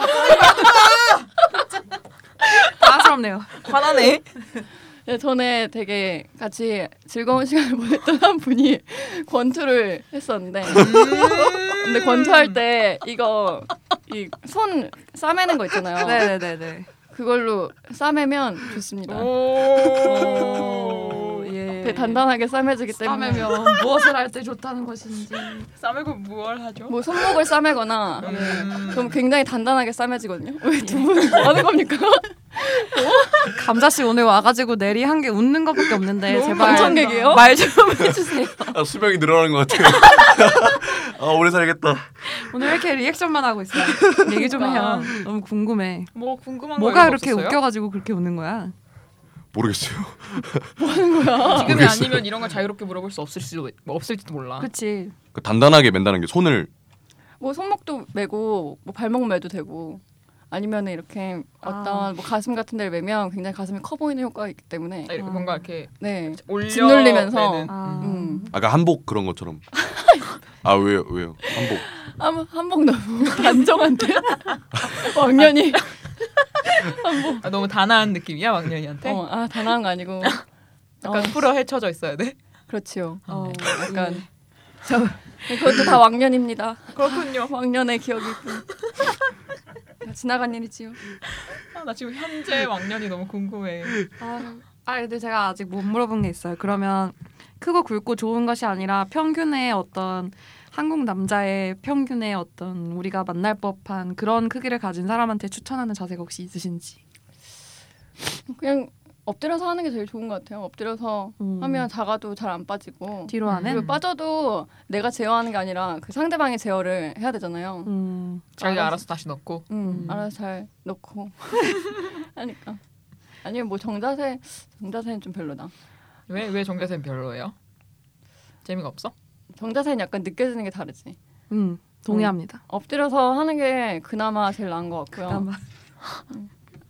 [SPEAKER 2] 당황스럽네요.
[SPEAKER 4] 화나네.
[SPEAKER 3] 예, 전에 되게 같이 즐거운 시간을 보냈던 한 분이 권투를 했었는데 근데 권투할 때 이거 이 손 싸매는 거 있잖아요.
[SPEAKER 2] 네네네네.
[SPEAKER 3] 그걸로 싸매면 좋습니다.
[SPEAKER 4] 오.
[SPEAKER 2] 예.
[SPEAKER 3] 되게 단단하게 싸매지기 때문에
[SPEAKER 2] 싸매면 무엇을 할 때 좋다는 것인지.
[SPEAKER 4] 싸매고 무얼 하죠?
[SPEAKER 3] 뭐 손목을 싸매거나
[SPEAKER 2] 예.
[SPEAKER 4] 음.
[SPEAKER 3] 그럼 굉장히 단단하게 싸매지거든요. 왜 두 분 뭐 하는 겁니까?
[SPEAKER 2] 감자 씨 오늘 와가지고 내리 한 게 웃는 것밖에 없는데
[SPEAKER 4] 너무
[SPEAKER 2] 제발
[SPEAKER 3] 방청객이에요?
[SPEAKER 2] 말 좀 해주세요.
[SPEAKER 1] 아, 수명이 늘어나는 것 같아요. 아 오래 살겠다.
[SPEAKER 2] 오늘 왜 이렇게 리액션만 하고 있어요? 얘기 좀 해요. 너무 궁금해.
[SPEAKER 4] 뭐 그러니까. 궁금한 거
[SPEAKER 2] 뭐가
[SPEAKER 4] 이런 거
[SPEAKER 2] 이렇게
[SPEAKER 4] 없었어요?
[SPEAKER 2] 웃겨가지고 그렇게 웃는 거야?
[SPEAKER 1] 모르겠어요.
[SPEAKER 4] 지금이
[SPEAKER 1] 모르겠어요.
[SPEAKER 4] 아니면 이런 걸 자유롭게 물어볼 수 없을지도 없을지도 몰라.
[SPEAKER 2] 그치.
[SPEAKER 1] 그 단단하게 맨다는 게 손을
[SPEAKER 3] 뭐 손목도 매고 뭐 발목 매도 되고 아니면은 이렇게 어떤
[SPEAKER 2] 아.
[SPEAKER 3] 뭐 가슴 같은 데를 매면 굉장히 가슴이 커 보이는 효과가 있기 때문에
[SPEAKER 4] 아, 이렇게
[SPEAKER 2] 아.
[SPEAKER 4] 뭔가 이렇게
[SPEAKER 3] 네.
[SPEAKER 4] 올려
[SPEAKER 3] 짓눌리면서.
[SPEAKER 4] 매는.
[SPEAKER 2] 아.
[SPEAKER 4] 음.
[SPEAKER 3] 음.
[SPEAKER 1] 아까 한복 그런 것처럼. 아 왜요 왜요 한복.
[SPEAKER 3] 한, 한복 너무 단정한데? 왕년이
[SPEAKER 4] 아, 너무 단아한 느낌이야 왕년이한테.
[SPEAKER 3] 어, 아 단아한 거 아니고
[SPEAKER 4] 약간
[SPEAKER 3] 어,
[SPEAKER 4] 네. 풀어 헤쳐져 있어야 돼.
[SPEAKER 3] 그렇지요
[SPEAKER 4] 아,
[SPEAKER 2] 어,
[SPEAKER 4] 네.
[SPEAKER 3] 약간 그것도 다 왕년입니다
[SPEAKER 4] 그렇군요.
[SPEAKER 3] 왕년의 기억이고 다 지나간 일이지요
[SPEAKER 4] 아, 나 지금 현재 왕년이 너무 궁금해.
[SPEAKER 2] 아, 아, 근데 제가 아직 못 물어본 게 있어요. 그러면 크고 굵고 좋은 것이 아니라 평균의 어떤 한국 남자의 평균의 어떤 우리가 만날 법한 그런 크기를 가진 사람한테 추천하는 자세가 혹시 있으신지.
[SPEAKER 3] 그냥 엎드려서 하는 게 제일 좋은 것 같아요 엎드려서
[SPEAKER 2] 음.
[SPEAKER 3] 하면 작아도 잘 안 빠지고
[SPEAKER 2] 뒤로
[SPEAKER 4] 음.
[SPEAKER 2] 하는.
[SPEAKER 3] 그리고 빠져도 내가 제어하는 게 아니라 그 상대방이 제어를 해야 되잖아요
[SPEAKER 2] 음.
[SPEAKER 4] 자기가 알아서 다시 넣고.
[SPEAKER 3] 음,
[SPEAKER 2] 음.
[SPEAKER 3] 알아서 잘 넣고 하니까 아니면 뭐 정자세 정자세는 좀 별로다
[SPEAKER 4] 왜 왜 정자세는 별로예요? 재미가 없어?
[SPEAKER 3] 정자세는 약간 느껴지는 게 다르지
[SPEAKER 2] 음. 동의합니다.
[SPEAKER 4] 어,
[SPEAKER 3] 엎드려서 하는 게 그나마 제일 나은 것 같고요.
[SPEAKER 2] 그나마.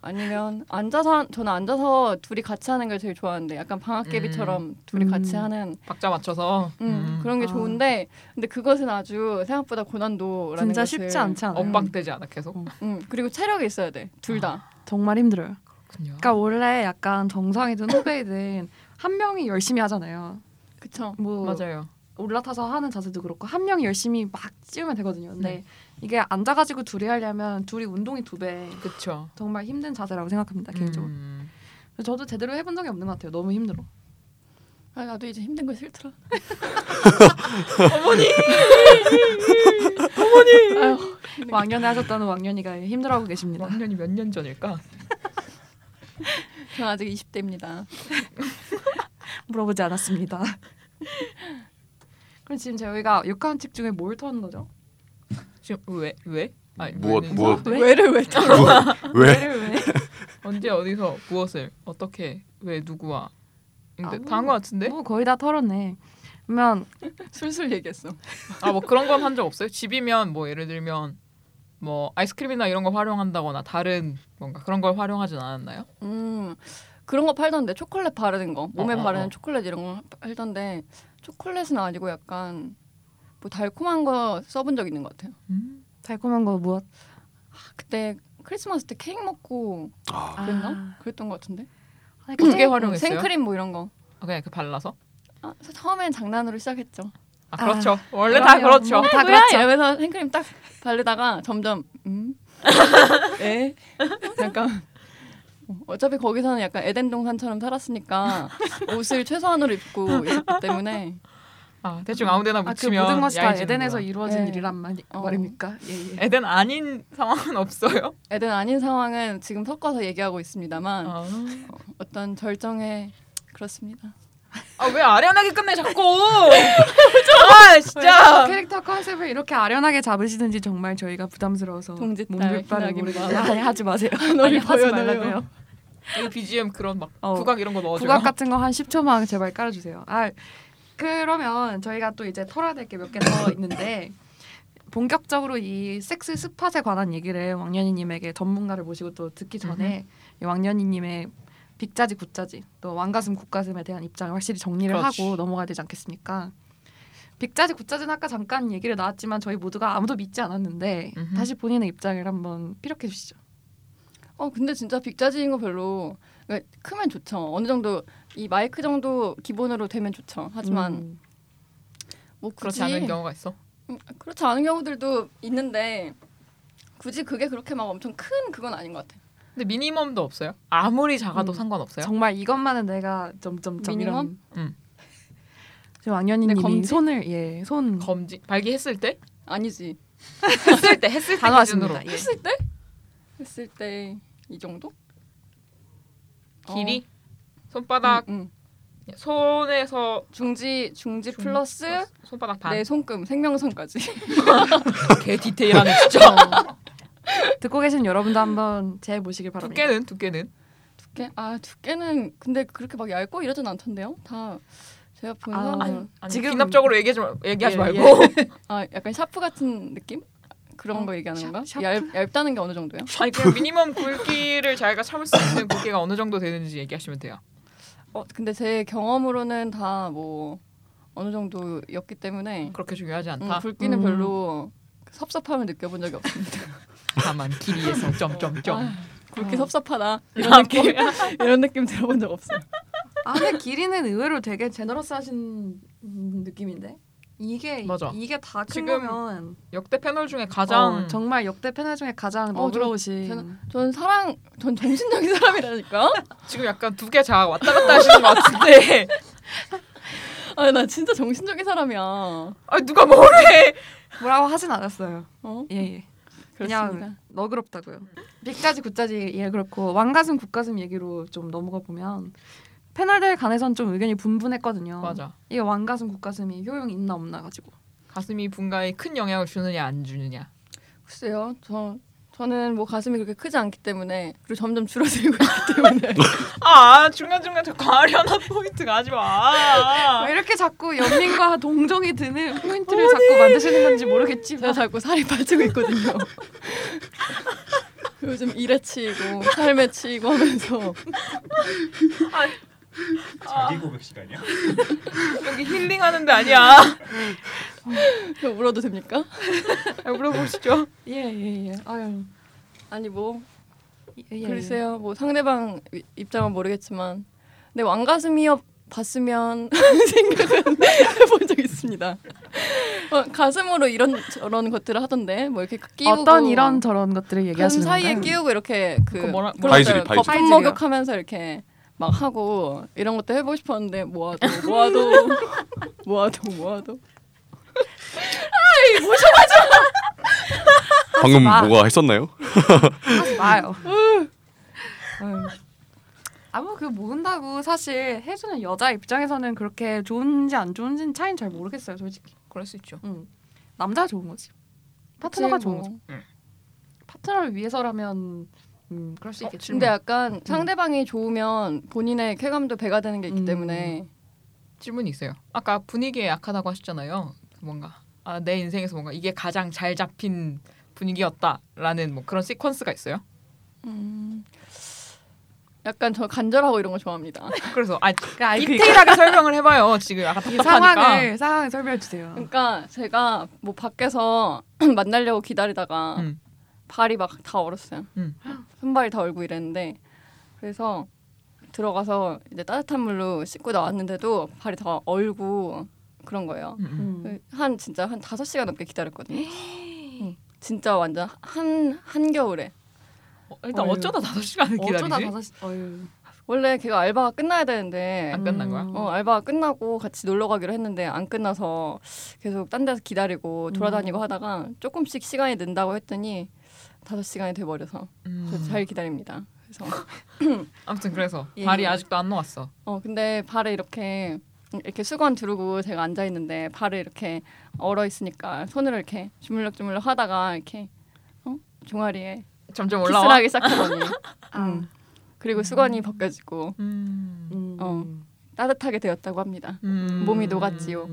[SPEAKER 3] 아니면 앉아서 한- 저는 앉아서 둘이 같이 하는 걸 제일 좋아하는데 약간 방학개비처럼 둘이
[SPEAKER 2] 음.
[SPEAKER 3] 같이 하는
[SPEAKER 4] 박자 맞춰서
[SPEAKER 3] 음,
[SPEAKER 4] 음.
[SPEAKER 3] 그런 게
[SPEAKER 2] 아.
[SPEAKER 3] 좋은데 근데 그것은 아주 생각보다 고난도라는
[SPEAKER 2] 진짜
[SPEAKER 3] 것을-
[SPEAKER 2] 쉽지 않지 않아요.
[SPEAKER 4] 엇박되지 않아 계속.
[SPEAKER 3] 음, 그리고 체력이 있어야 돼둘
[SPEAKER 2] 아.
[SPEAKER 3] 다.
[SPEAKER 2] 정말 힘들어요.
[SPEAKER 4] 그렇군요.
[SPEAKER 2] 그러니까 원래 약간 정상이든 후배이든 한 명이 열심히 하잖아요.
[SPEAKER 3] 그쵸.
[SPEAKER 2] 뭐
[SPEAKER 4] 맞아요.
[SPEAKER 2] 올라타서 하는 자세도 그렇고 한 명이 열심히 막 찌우면 되거든요.
[SPEAKER 4] 네.
[SPEAKER 2] 근데 이게 앉아가지고 둘이 하려면 둘이 운동이 두 배.
[SPEAKER 4] 그렇죠.
[SPEAKER 2] 정말 힘든 자세라고 생각합니다 개인적으로.
[SPEAKER 4] 음.
[SPEAKER 2] 그래서 저도 제대로 해본 적이 없는 것 같아요. 너무 힘들어.
[SPEAKER 3] 아, 나도 이제 힘든 거 싫더라.
[SPEAKER 4] 어머니.
[SPEAKER 3] 아유,
[SPEAKER 4] 네.
[SPEAKER 2] 왕년에 하셨다는 왕년이가 힘들어하고 계십니다.
[SPEAKER 4] 왕년이 몇 년 전일까?
[SPEAKER 3] 저는 아직 20대입니다.
[SPEAKER 2] 물어보지 않았습니다. 그럼 지금 저희가 6관측 중에 뭘 터는 거죠?
[SPEAKER 4] 지금 왜 왜? 아니,
[SPEAKER 1] 무엇,
[SPEAKER 4] 왜는
[SPEAKER 1] 무엇.
[SPEAKER 4] 왜?
[SPEAKER 3] 왜를 왜 털어?
[SPEAKER 1] 왜?
[SPEAKER 2] 왜?
[SPEAKER 4] 언제 어디서 무엇을 어떻게 왜 누구와 근데
[SPEAKER 2] 아우.
[SPEAKER 4] 다한것 같은데?
[SPEAKER 2] 뭐 거의 다 털었네. 그러면
[SPEAKER 3] 술술 얘기했어.
[SPEAKER 4] 아 뭐 그런 건 한 적 없어요? 집이면 뭐 예를 들면 뭐 아이스크림이나 이런 걸 활용한다거나 다른 뭔가 그런 걸 활용하진 않았나요?
[SPEAKER 3] 음 그런 거 팔던데 초콜릿 바르는 거 몸에
[SPEAKER 4] 어, 어,
[SPEAKER 3] 바르는
[SPEAKER 4] 어.
[SPEAKER 3] 초콜릿 이런 거 팔던데 초콜릿은 아니고 약간 뭐 달콤한 거 써본 적 있는 것 같아요.
[SPEAKER 2] 달콤한 거 무엇?
[SPEAKER 3] 아, 그때 크리스마스 때 케이크 먹고
[SPEAKER 1] 아,
[SPEAKER 3] 그랬나? 그랬던 것 같은데.
[SPEAKER 2] 아니,
[SPEAKER 4] 어떻게
[SPEAKER 2] 그냥-
[SPEAKER 4] 활용했어요?
[SPEAKER 3] 생크림 뭐 이런 거.
[SPEAKER 4] 아, 그냥 이렇게 발라서?
[SPEAKER 3] 아, 서- 처음엔 장난으로 시작했죠.
[SPEAKER 4] 아
[SPEAKER 2] 아,
[SPEAKER 4] 그렇죠. 원래 다
[SPEAKER 2] 그럼요.
[SPEAKER 4] 그렇죠.
[SPEAKER 2] 뭐, 다
[SPEAKER 3] 뭐야?
[SPEAKER 2] 그렇죠.
[SPEAKER 3] 이러면서 생크림 딱 바르다가 점점 음, 에, 약간 어차피 거기서는 약간 에덴 동산처럼 살았으니까 옷을 최소한으로 입고 있었기 때문에
[SPEAKER 4] 아 대충 아무데나
[SPEAKER 2] 아, 그
[SPEAKER 4] 묻히면
[SPEAKER 2] 모든 것이 다
[SPEAKER 4] 야해지는구나.
[SPEAKER 2] 에덴에서 이루어진
[SPEAKER 3] 네.
[SPEAKER 2] 일이란 말,
[SPEAKER 3] 어.
[SPEAKER 2] 말입니까? 예, 예.
[SPEAKER 4] 에덴 아닌 상황은 없어요.
[SPEAKER 3] 애들 아닌 상황은 지금 섞어서 얘기하고 있습니다만
[SPEAKER 4] 아 왜
[SPEAKER 3] 어떤 절정에 그렇습니다.
[SPEAKER 4] 아련하게 끝내 자꾸. 아 진짜.
[SPEAKER 2] 캐릭터 컨셉을 이렇게 아련하게 잡으시는지 정말 저희가 부담스러워서
[SPEAKER 3] 동짓 딸
[SPEAKER 2] 몸둘바를
[SPEAKER 3] 희나긴
[SPEAKER 2] 모르겠어요.
[SPEAKER 3] 마음.
[SPEAKER 2] 아니, 하지 마세요.
[SPEAKER 3] 너를
[SPEAKER 2] 아니, 하지
[SPEAKER 3] 보여,
[SPEAKER 2] 말라고요.
[SPEAKER 3] 너를.
[SPEAKER 4] 이 BGM 그런 막
[SPEAKER 2] 어.
[SPEAKER 4] 국악 이런 거 넣어줘요.
[SPEAKER 2] 국악 같은 거 한 10초만 제발 깔아주세요. 아 그러면 저희가 또 이제 털어야 될 게 몇 개 더 있는데 본격적으로 이 섹스 스팟에 관한 얘기를 왕년이님에게 전문가를 모시고 또 듣기 전에 이 왕년이님의 빅자지 굿자지 또 왕가슴 굿가슴에 대한 입장을 확실히 정리를
[SPEAKER 4] 그렇지.
[SPEAKER 2] 하고 넘어가야 되지 않겠습니까? 빅자지 굿자지는 아까 잠깐 얘기를 나왔지만 저희 모두가 아무도 믿지 않았는데
[SPEAKER 4] 음흠.
[SPEAKER 2] 다시 본인의 입장을 한번 피력해 주시죠.
[SPEAKER 3] 어 근데 진짜 빅자지인 거 별로 그러니까 크면 좋죠. 어느 정도 이 마이크 정도 기본으로 되면 좋죠. 하지만
[SPEAKER 2] 음.
[SPEAKER 3] 뭐 굳이
[SPEAKER 4] 그렇지 않은 경우가 있어.
[SPEAKER 3] 음, 그렇지 않은 경우들도 있는데 굳이 그게 그렇게 막 엄청 큰 그건 아닌 것 같아요.
[SPEAKER 4] 근데 미니멈도 없어요. 아무리 작아도
[SPEAKER 2] 음.
[SPEAKER 4] 상관없어요.
[SPEAKER 2] 정말 이것만은 내가 점점점 이런
[SPEAKER 3] 미니멈?
[SPEAKER 4] 음.
[SPEAKER 2] 지금 왕년이
[SPEAKER 3] 네,
[SPEAKER 2] 님이
[SPEAKER 3] 검지?
[SPEAKER 2] 손을 예, 손
[SPEAKER 4] 검지 발기했을 때
[SPEAKER 3] 아니지
[SPEAKER 4] 했을 때 했을 때
[SPEAKER 2] 단호하십니다.
[SPEAKER 4] 기준으로.
[SPEAKER 2] 예.
[SPEAKER 3] 했을 때 했을 때 이 정도
[SPEAKER 4] 길이 음,
[SPEAKER 3] 어,
[SPEAKER 4] 손바닥
[SPEAKER 3] 응, 응.
[SPEAKER 4] 손에서
[SPEAKER 3] 중지 중지
[SPEAKER 4] 중-
[SPEAKER 3] 플러스 네,
[SPEAKER 4] 손바닥 반.
[SPEAKER 3] 내 손금 생명선까지
[SPEAKER 4] 개 디테일하네 진짜.
[SPEAKER 2] 어. 듣고 계신 여러분도 한번 재 보시길 바랍니다.
[SPEAKER 4] 두께는 두께는
[SPEAKER 3] 두께 아 두께는 근데 그렇게 막 얇고 이러진 않던데요. 다 제가 본
[SPEAKER 2] 아,
[SPEAKER 3] 사람은
[SPEAKER 2] 지금-
[SPEAKER 4] 아니, 지금 기납적으로 얘기하지 마, 얘기하지
[SPEAKER 2] 예,
[SPEAKER 4] 말고
[SPEAKER 3] 아 약간 샤프 같은 느낌 그런
[SPEAKER 2] 어,
[SPEAKER 3] 거 얘기하는
[SPEAKER 2] 샤-
[SPEAKER 3] 건가?
[SPEAKER 2] 샤프?
[SPEAKER 3] 얇 얇다는 게 어느 정도예요?
[SPEAKER 4] 아니, 그냥 미니멈 굵기를 자기가 참을 수 있는 굵기가 어느 정도 되는지 얘기하시면 돼요.
[SPEAKER 3] 어 근데 제 경험으로는 다 뭐 어느 정도였기 때문에
[SPEAKER 4] 그렇게 중요하지
[SPEAKER 3] 음,
[SPEAKER 4] 않다.
[SPEAKER 3] 굵기는
[SPEAKER 2] 음.
[SPEAKER 3] 별로 그 섭섭함을 느껴본 적이 없습니다.
[SPEAKER 4] 다만 길이에서 점점점.
[SPEAKER 3] 아, 굵기
[SPEAKER 2] 어.
[SPEAKER 3] 섭섭하다 이런 느낌 이런 느낌 들어본 적 없어요.
[SPEAKER 2] 아, 근데 길이는 의외로 되게 제너러스 하신 음, 느낌인데. 이게
[SPEAKER 4] 맞아.
[SPEAKER 2] 이게 다 큰
[SPEAKER 4] 지금
[SPEAKER 2] 거면
[SPEAKER 4] 역대 패널 중에 가장
[SPEAKER 2] 어, 정말 역대 패널 중에 가장
[SPEAKER 3] 어, 저-
[SPEAKER 2] 너그러우신
[SPEAKER 3] 저는- 전 사랑 전 정신적인 사람이라니까.
[SPEAKER 4] 지금 약간 두 개 자 왔다 갔다 하시는 것 같은데.
[SPEAKER 3] 아 나 진짜 정신적인 사람이야. 어?
[SPEAKER 4] 아 누가 뭐래?
[SPEAKER 2] 뭐라고 하진 않았어요. 예 예. 그냥
[SPEAKER 3] 그렇습니다.
[SPEAKER 2] 너그럽다고요. 빅자지 굿자지 예 그렇고 왕가슴 굿가슴 얘기로 좀 넘어가 보면 패널들 간에선 좀 의견이 분분했거든요.
[SPEAKER 4] 맞아.
[SPEAKER 2] 이게 왕가슴 굿가슴이 효용이 있나 없나 가지고.
[SPEAKER 4] 가슴이 분가에 큰 영향을 주느냐 안 주느냐.
[SPEAKER 3] 글쎄요. 저 저는 뭐 가슴이 그렇게 크지 않기 때문에 그리고 점점 줄어들고 있기 때문에
[SPEAKER 4] 아 중간 중간 저 과련한 포인트 가지 마.
[SPEAKER 2] 왜 아, 이렇게 자꾸 연민과 동정이 드는 포인트를 자꾸 만드시는 건지 모르겠지만
[SPEAKER 3] 제가 자꾸 살이 빠지고 있거든요. 요즘 일에 치이고 삶에 치이고 하면서
[SPEAKER 5] 자기 고백 시간이야?
[SPEAKER 4] 여기 힐링하는데 아니야.
[SPEAKER 3] 저 울어도 됩니까?
[SPEAKER 4] 아, 물어보시죠.
[SPEAKER 2] 예예예. 아유.
[SPEAKER 3] 아니 뭐
[SPEAKER 2] 예, 예.
[SPEAKER 3] 글쎄요 뭐 상대방 위- 입장은 모르겠지만 내 왕가슴이어 봤으면 생각은 해본 적 있습니다. 어, 가슴으로 이런 저런 것들을 하던데 뭐 이렇게 끼우고
[SPEAKER 2] 어떤 이런 저런 것들을
[SPEAKER 3] 편
[SPEAKER 2] 얘기하시는
[SPEAKER 3] 사이에 끼우고 이렇게 그
[SPEAKER 4] 그거 뭐라-
[SPEAKER 3] 그런
[SPEAKER 1] 바이질이, 바이질.
[SPEAKER 3] 것들 거품
[SPEAKER 2] 바이질이요.
[SPEAKER 3] 목욕하면서 이렇게 막 하고 이런 것도 해보고 싶었는데 모아도 모아도 모아도 모아도
[SPEAKER 1] 방금
[SPEAKER 2] 마.
[SPEAKER 1] 뭐가 했었나요?
[SPEAKER 2] 하지 마요.
[SPEAKER 4] 음.
[SPEAKER 2] 아유. 아무 그 모은다고 사실 해주는 여자 입장에서는 그렇게 좋은지 안 좋은지는 차이는 잘 모르겠어요 솔직히.
[SPEAKER 4] 그럴 수 있죠.
[SPEAKER 2] 음. 남자가 좋은 거지. 파트너가
[SPEAKER 3] 뭐.
[SPEAKER 4] 뭐.
[SPEAKER 2] 좋은 거지. 파트너를 위해서라면 음 그럴 수
[SPEAKER 4] 어,
[SPEAKER 2] 있겠지.
[SPEAKER 3] 근데 약간 상대방이 좋으면 본인의 쾌감도 배가 되는 게 있기
[SPEAKER 2] 음.
[SPEAKER 3] 때문에
[SPEAKER 4] 질문이 있어요. 아까 분위기에 약하다고 하셨잖아요. 뭔가 아, 내 인생에서 뭔가 이게 가장 잘 잡힌 분위기였다라는 뭐 그런 시퀀스가 있어요.
[SPEAKER 3] 음, 약간 저 간절하고 이런 거 좋아합니다.
[SPEAKER 4] 그래서 아 디테일하게 설명을 해봐요. 지금 아까
[SPEAKER 2] 그러니까 이
[SPEAKER 4] 답답하니까.
[SPEAKER 2] 상황을 상황을 설명해 주세요.
[SPEAKER 3] 그러니까 제가 뭐 밖에서 만나려고 기다리다가
[SPEAKER 4] 음.
[SPEAKER 3] 발이 막 다 얼었어요.
[SPEAKER 4] 음.
[SPEAKER 3] 손발이 다 얼고 이랬는데 그래서 들어가서 이제 따뜻한 물로 씻고 나왔는데도 발이 다 얼고 그런 거예요.
[SPEAKER 4] 음, 음.
[SPEAKER 2] 음.
[SPEAKER 3] 한 진짜 한 다섯 시간 넘게 기다렸거든요. 응. 진짜 완전 한 한겨울에
[SPEAKER 4] 어, 일단
[SPEAKER 2] 어휴.
[SPEAKER 4] 어쩌다 다섯 시간을 기다리지?
[SPEAKER 2] 어쩌다 다섯 시. 어휴.
[SPEAKER 3] 원래 걔가 알바가 끝나야 되는데
[SPEAKER 4] 안 끝난 거야?
[SPEAKER 2] 음.
[SPEAKER 3] 어, 알바 끝나고 같이 놀러 가기로 했는데 안 끝나서 계속 딴 데서
[SPEAKER 4] 음.
[SPEAKER 3] 기다리고 돌아다니고 하다가 조금씩 시간이 는다고 했더니 다섯 시간이 돼 버려서
[SPEAKER 4] 음.
[SPEAKER 3] 그래서 잘 기다립니다. 그래서
[SPEAKER 4] 아무튼 그래서
[SPEAKER 2] 예.
[SPEAKER 4] 발이 아직도 안 놓았어.
[SPEAKER 3] 어 근데 발에 이렇게 이렇게 수건 두르고 제가 앉아 있는데 발에 이렇게 얼어 있으니까 손으로 이렇게 주물럭주물럭 하다가 이렇게 어 종아리에
[SPEAKER 4] 점점
[SPEAKER 3] 키스를
[SPEAKER 4] 올라와.
[SPEAKER 3] 하기 시작하더니 음.
[SPEAKER 2] 아.
[SPEAKER 3] 그리고 수건이 벗겨지고
[SPEAKER 4] 음.
[SPEAKER 2] 음.
[SPEAKER 3] 어. 따뜻하게 되었다고 합니다.
[SPEAKER 4] 음.
[SPEAKER 3] 몸이 녹았지요.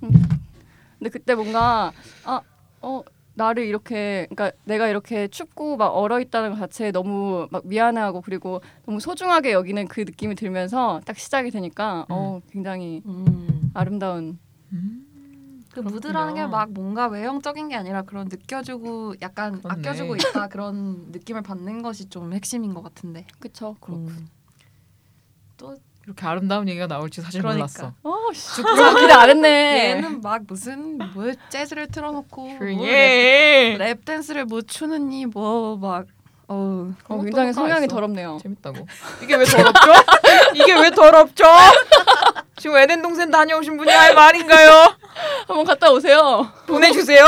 [SPEAKER 3] 근데 그때 뭔가 아 어 나를 이렇게 그러니까 내가 이렇게 춥고 막 얼어 있다는 것 자체에 너무 막 미안해하고 그리고 너무 소중하게 여기는 그 느낌이 들면서 딱 시작이 되니까 어 굉장히
[SPEAKER 2] 음.
[SPEAKER 3] 아름다운
[SPEAKER 4] 음.
[SPEAKER 2] 그 무드라는 게
[SPEAKER 4] 그렇군요.
[SPEAKER 2] 막 뭔가 외형적인 게 아니라 그런 느껴주고 약간
[SPEAKER 4] 그렇네.
[SPEAKER 2] 아껴주고 있다 그런 느낌을 받는 것이 좀 핵심인 것 같은데.
[SPEAKER 3] 그쵸
[SPEAKER 2] 음.
[SPEAKER 4] 이렇게 아름다운 얘기가 나올지 사실
[SPEAKER 2] 그러니까.
[SPEAKER 4] 몰랐어.
[SPEAKER 3] 어 진짜 기대 안 했네
[SPEAKER 2] 얘는 막 무슨 뭐 재즈를 틀어놓고 뭐 랩,
[SPEAKER 4] 예.
[SPEAKER 2] 랩 댄스를 뭐 추느니 뭐막 어.
[SPEAKER 3] 어, 굉장히 성향이 더럽네요
[SPEAKER 4] 어. 재밌다고. 이게 왜 더럽죠? 이게 왜 더럽죠? 지금 에덴 동생 다녀오신 분이 할 말인가요?
[SPEAKER 3] 한번 갔다 오세요
[SPEAKER 4] 보내주세요.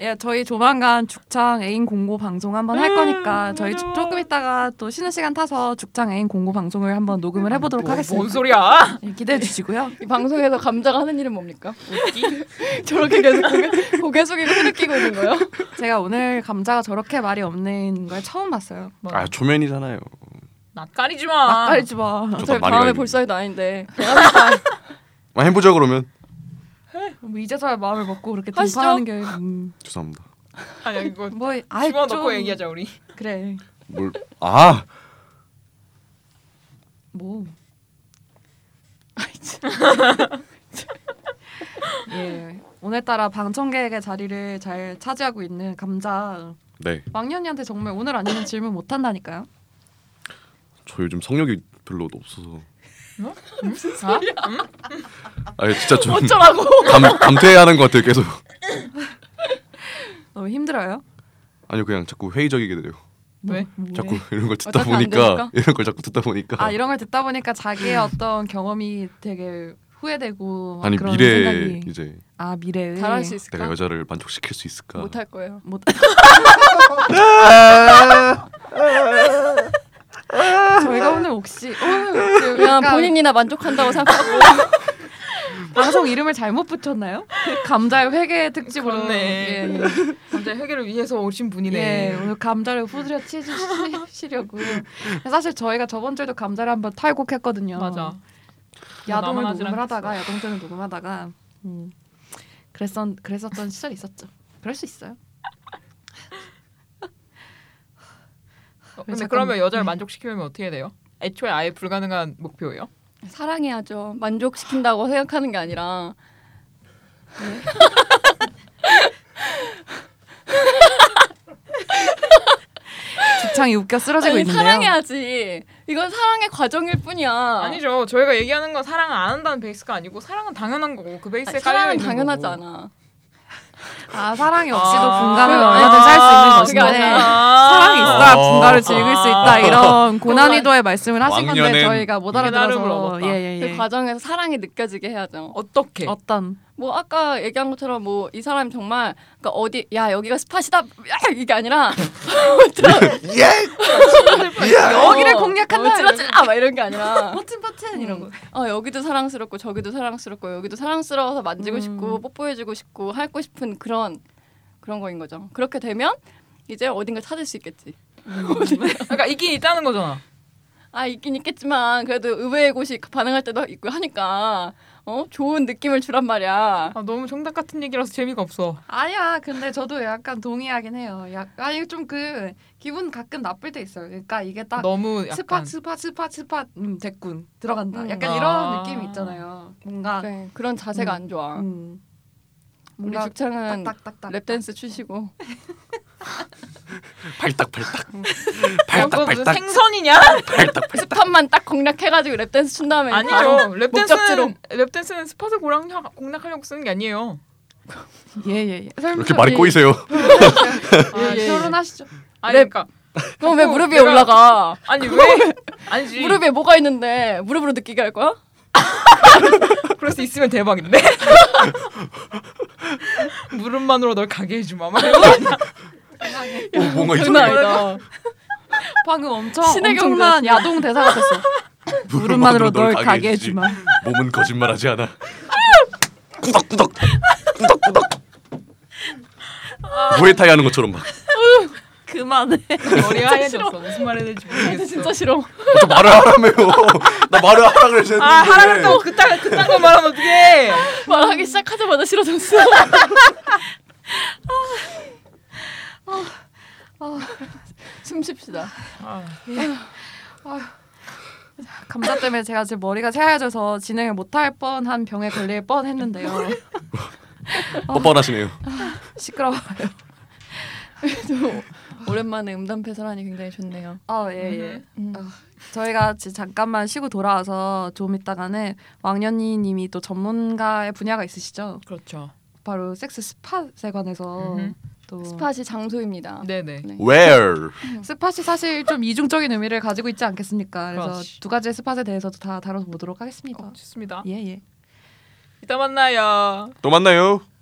[SPEAKER 2] 예, 저희 조만간 죽창 애인 공고 방송 한번
[SPEAKER 4] 음,
[SPEAKER 2] 할 거니까 저희 조- 조금 있다가 또 쉬는 시간 타서 죽창 애인 공고 방송을 한번 녹음을 해보도록 하겠습니다.
[SPEAKER 4] 어, 뭐, 뭔 소리야?
[SPEAKER 2] 예, 기대해 주시고요.
[SPEAKER 3] 이 방송에서 감자가 하는 일은 뭡니까 저렇게 계속 고개, 고개 숙이고 흐느끼고 있는 거예요
[SPEAKER 2] 제가 오늘 감자가 저렇게 말이 없는 걸 처음 봤어요.
[SPEAKER 1] 아 초면이잖아요.
[SPEAKER 4] 뭐, 낯가리지 마.
[SPEAKER 2] 낯가리지 마.
[SPEAKER 1] 저도
[SPEAKER 3] 저
[SPEAKER 1] 많이
[SPEAKER 3] 다음에
[SPEAKER 1] 가리는데.
[SPEAKER 3] 볼 사이도 아닌데
[SPEAKER 1] 아, 해보자 그러면
[SPEAKER 2] 뭐 이제서야 마음을 먹고 그렇게
[SPEAKER 3] 하시죠.
[SPEAKER 2] 등판하는 게 음,
[SPEAKER 1] 죄송합니다.
[SPEAKER 4] 아니야 이거
[SPEAKER 2] 뭐, 아이
[SPEAKER 4] 집어넣고
[SPEAKER 2] 좀
[SPEAKER 4] 얘기하자 우리.
[SPEAKER 2] 그래.
[SPEAKER 1] 뭘아
[SPEAKER 2] 뭐. 예. 오늘따라 방청객의 자리를 잘 차지하고 있는 감자
[SPEAKER 1] 네.
[SPEAKER 2] 왕년이한테 정말 오늘 아니면 질문 못 한다니까요.
[SPEAKER 1] 저 요즘 성욕이 별로 없어서.
[SPEAKER 4] 무슨 소리야?
[SPEAKER 1] 아 진짜 좀
[SPEAKER 3] 어쩌라고
[SPEAKER 1] 감, 감퇴하는 것 같아요 계속.
[SPEAKER 2] 너무 힘들어요. 뭐,
[SPEAKER 1] 아니요 그냥 자꾸 회의적이게 돼요.
[SPEAKER 4] 왜?
[SPEAKER 1] 자꾸 이런 걸 듣다
[SPEAKER 3] 어차피 안
[SPEAKER 1] 보니까
[SPEAKER 3] 되니까?
[SPEAKER 1] 이런 걸 자꾸 듣다 보니까
[SPEAKER 2] 아 이런 걸 듣다 보니까 자기의 어떤 경험이 되게 후회되고 막
[SPEAKER 1] 아니
[SPEAKER 2] 그런
[SPEAKER 1] 미래에
[SPEAKER 2] 생각이
[SPEAKER 1] 이제
[SPEAKER 2] 아 미래에
[SPEAKER 3] 잘할 수
[SPEAKER 1] 내가
[SPEAKER 3] 있을까
[SPEAKER 1] 여자를 만족시킬 수 있을까?
[SPEAKER 3] 못할 거예요
[SPEAKER 2] 못 저희가 오늘 혹시 오늘 지금
[SPEAKER 3] 그냥
[SPEAKER 2] 약간
[SPEAKER 3] 본인이나 만족한다고 생각하고
[SPEAKER 2] 방송 이름을 잘못 붙였나요? 감자의 회계 특집으로
[SPEAKER 4] 그렇네.
[SPEAKER 2] 예.
[SPEAKER 4] 남자 해결을 위해서 오신 분이네.
[SPEAKER 2] 예, 오늘 감자를 후드려 치시려고 사실 저희가 저번 주에도 감자를 한번 탈곡했거든요
[SPEAKER 4] 맞아.
[SPEAKER 2] 야동을
[SPEAKER 4] 나만 하진
[SPEAKER 2] 녹음을
[SPEAKER 4] 않겠어.
[SPEAKER 2] 하다가 야동전을 녹음하다가 음, 그랬었 그랬었던 시절이 있었죠 그럴 수 있어요
[SPEAKER 4] 어, 근데
[SPEAKER 3] 잠깐만.
[SPEAKER 4] 그러면 여자를 만족시키려면 어떻게 돼요? 애초에 아예 불가능한 목표예요?
[SPEAKER 3] 사랑해야죠. 만족시킨다고 생각하는 게 아니라
[SPEAKER 2] 주창이 웃겨 쓰러지고
[SPEAKER 3] 아니,
[SPEAKER 2] 있는데요.
[SPEAKER 3] 사랑해야지. 이건 사랑의 과정일 뿐이야.
[SPEAKER 4] 아니죠. 저희가 얘기하는 건 사랑을 안 한다는 베이스가 아니고 사랑은 당연한 거고 그 베이스에
[SPEAKER 3] 아니,
[SPEAKER 4] 깔려
[SPEAKER 3] 사랑은
[SPEAKER 4] 있는
[SPEAKER 3] 당연하지
[SPEAKER 4] 거고.
[SPEAKER 3] 않아.
[SPEAKER 2] 아 사랑이 없이도
[SPEAKER 4] 아,
[SPEAKER 2] 분가를
[SPEAKER 3] 그래요?
[SPEAKER 2] 얼마든 짤수
[SPEAKER 3] 그게
[SPEAKER 2] 있는 것인데
[SPEAKER 3] 아니라 아.
[SPEAKER 2] 사랑이 있어야
[SPEAKER 1] 아.
[SPEAKER 2] 분가를 즐길 수 있다 이런 고난이도의 말씀을 하신 건데
[SPEAKER 1] 왕년엔
[SPEAKER 2] 저희가 못
[SPEAKER 4] 깨달음을
[SPEAKER 2] 알아들어서
[SPEAKER 4] 얻었다.
[SPEAKER 2] 예예예 예.
[SPEAKER 3] 그 과정에서 사랑이 느껴지게 해야죠.
[SPEAKER 4] 어떻게?
[SPEAKER 2] 어떤
[SPEAKER 3] 뭐 아까 얘기한 것처럼 뭐 이 사람이 정말 그러니까 어디 야 여기가 스팟이다 야, 이게 아니라
[SPEAKER 1] 예!
[SPEAKER 2] 여기를 공략한다.
[SPEAKER 3] 예.
[SPEAKER 2] 음.
[SPEAKER 3] 어, 찔러찔러 막 이런 게 아니라
[SPEAKER 2] 버튼 버튼 이런 거
[SPEAKER 3] 어 여기도 사랑스럽고 저기도 사랑스럽고 여기도 사랑스러워서 만지고
[SPEAKER 2] 음.
[SPEAKER 3] 싶고 뽀뽀해주고 싶고 하고 싶은 그런 그런 거인 거죠. 그렇게 되면 이제 어딘가 찾을 수 있겠지.
[SPEAKER 4] 그러니까 있긴 있다는 거잖아.
[SPEAKER 3] 아 있긴 있겠지만 그래도 의외의 곳이 반응할 때도 있고 하니까 어 좋은 느낌을 주란 말이야.
[SPEAKER 4] 아, 너무 정답 같은 얘기라서 재미가 없어.
[SPEAKER 2] 아니야 근데 저도 약간 동의하긴 해요 약간 아니 좀 그 기분 가끔 나쁠 때 있어요 그러니까 이게 딱
[SPEAKER 4] 너무
[SPEAKER 2] 스팟
[SPEAKER 4] 약간
[SPEAKER 2] 스팟 스팟 스팟 음 됐군 들어간다
[SPEAKER 3] 음.
[SPEAKER 2] 약간
[SPEAKER 4] 아.
[SPEAKER 2] 이런 느낌이 있잖아요 뭔가
[SPEAKER 3] 네, 그래, 그런 자세가
[SPEAKER 2] 음.
[SPEAKER 3] 안 좋아.
[SPEAKER 2] 음,
[SPEAKER 3] 우리
[SPEAKER 2] 뭔가
[SPEAKER 3] 죽창은
[SPEAKER 2] 딱딱딱딱
[SPEAKER 3] 랩댄스 추시고
[SPEAKER 1] 발딱발딱
[SPEAKER 3] 음.
[SPEAKER 4] 어, 무슨
[SPEAKER 1] 발딱발딱
[SPEAKER 4] 생선이냐?
[SPEAKER 1] 아,
[SPEAKER 3] 그 스팟만 딱 공략해가지고 랩댄스 춘 다음에 바로
[SPEAKER 4] 아니죠.
[SPEAKER 3] 네. 목적지로.
[SPEAKER 4] 랩댄스는 랩댄스는 스팟을 공략하, 공략하려고 쓰는 게 아니에요.
[SPEAKER 2] 예예예
[SPEAKER 1] 이렇게 말이 꼬이세요
[SPEAKER 4] 아, 예.
[SPEAKER 2] 결혼하시죠
[SPEAKER 4] 아니
[SPEAKER 3] 랩.
[SPEAKER 4] 그러니까
[SPEAKER 3] 그럼 왜
[SPEAKER 4] 그거
[SPEAKER 3] 무릎 위에
[SPEAKER 4] 내가-
[SPEAKER 3] 올라가?
[SPEAKER 4] 아니 왜 아니지.
[SPEAKER 3] 무릎 위에 뭐가 있는데 무릎으로 느끼게 할 거야?
[SPEAKER 4] 그럴 수 있으면 대박인데. 무릎만으로 널 가게 해주마. 막 이런 거 아니야?
[SPEAKER 1] 오 어, 뭔가 이상해
[SPEAKER 3] 장난 어, 아니다.
[SPEAKER 2] 방금 엄청
[SPEAKER 3] 신의
[SPEAKER 2] 엄청난 그
[SPEAKER 3] 경제였습니다.
[SPEAKER 2] 야동 대사가 됐어 무릎만으로 널 가게 해주마
[SPEAKER 1] 몸은 거짓말하지 않아 꾸덕꾸덕 꾸덕꾸덕 무에타이 하는 것처럼 막
[SPEAKER 2] 그만해
[SPEAKER 4] 머리가 하얘졌어. 무슨 말해야 될지 모르겠어.
[SPEAKER 3] 진짜 싫어.
[SPEAKER 1] 어, 저 말을 하라며요 나 말을 하라 그랬는데
[SPEAKER 4] 아 하라고 그딴 그딴 거 말하면 어떡해.
[SPEAKER 3] 말하기 시작하자마자 싫어졌어. 아, 아, 숨 쉽시다.
[SPEAKER 4] 아,
[SPEAKER 2] 감자 때문에 제가 지금 머리가 새하얘져서 진행을 못할 뻔한 병에 걸릴 뻔했는데요
[SPEAKER 1] 뻔뻔하시네요
[SPEAKER 2] 시끄러워
[SPEAKER 3] 또 오랜만에 음담패설하니 굉장히 좋네요.
[SPEAKER 2] 아예예
[SPEAKER 3] 음.
[SPEAKER 2] 저희가 지- 잠깐만 쉬고 돌아와서 좀 이따가는 왕년이님이 또 전문가의 분야가 있으시죠
[SPEAKER 4] 그렇죠.
[SPEAKER 2] 바로 섹스 스팟에 관해서
[SPEAKER 4] 음흠.
[SPEAKER 2] 또
[SPEAKER 3] 스팟이 장소입니다.
[SPEAKER 4] 네네.
[SPEAKER 1] Where
[SPEAKER 2] 스팟이 사실 좀 이중적인 의미를 가지고 있지 않겠습니까? 그래서
[SPEAKER 4] 그렇지. 어,
[SPEAKER 2] 두 가지의 스팟에 대해서도 그러니까. 다 다뤄보도록 하겠습니다.
[SPEAKER 4] 좋습니다.
[SPEAKER 2] 예 예.
[SPEAKER 4] 이따 만나요.
[SPEAKER 1] 또 만나요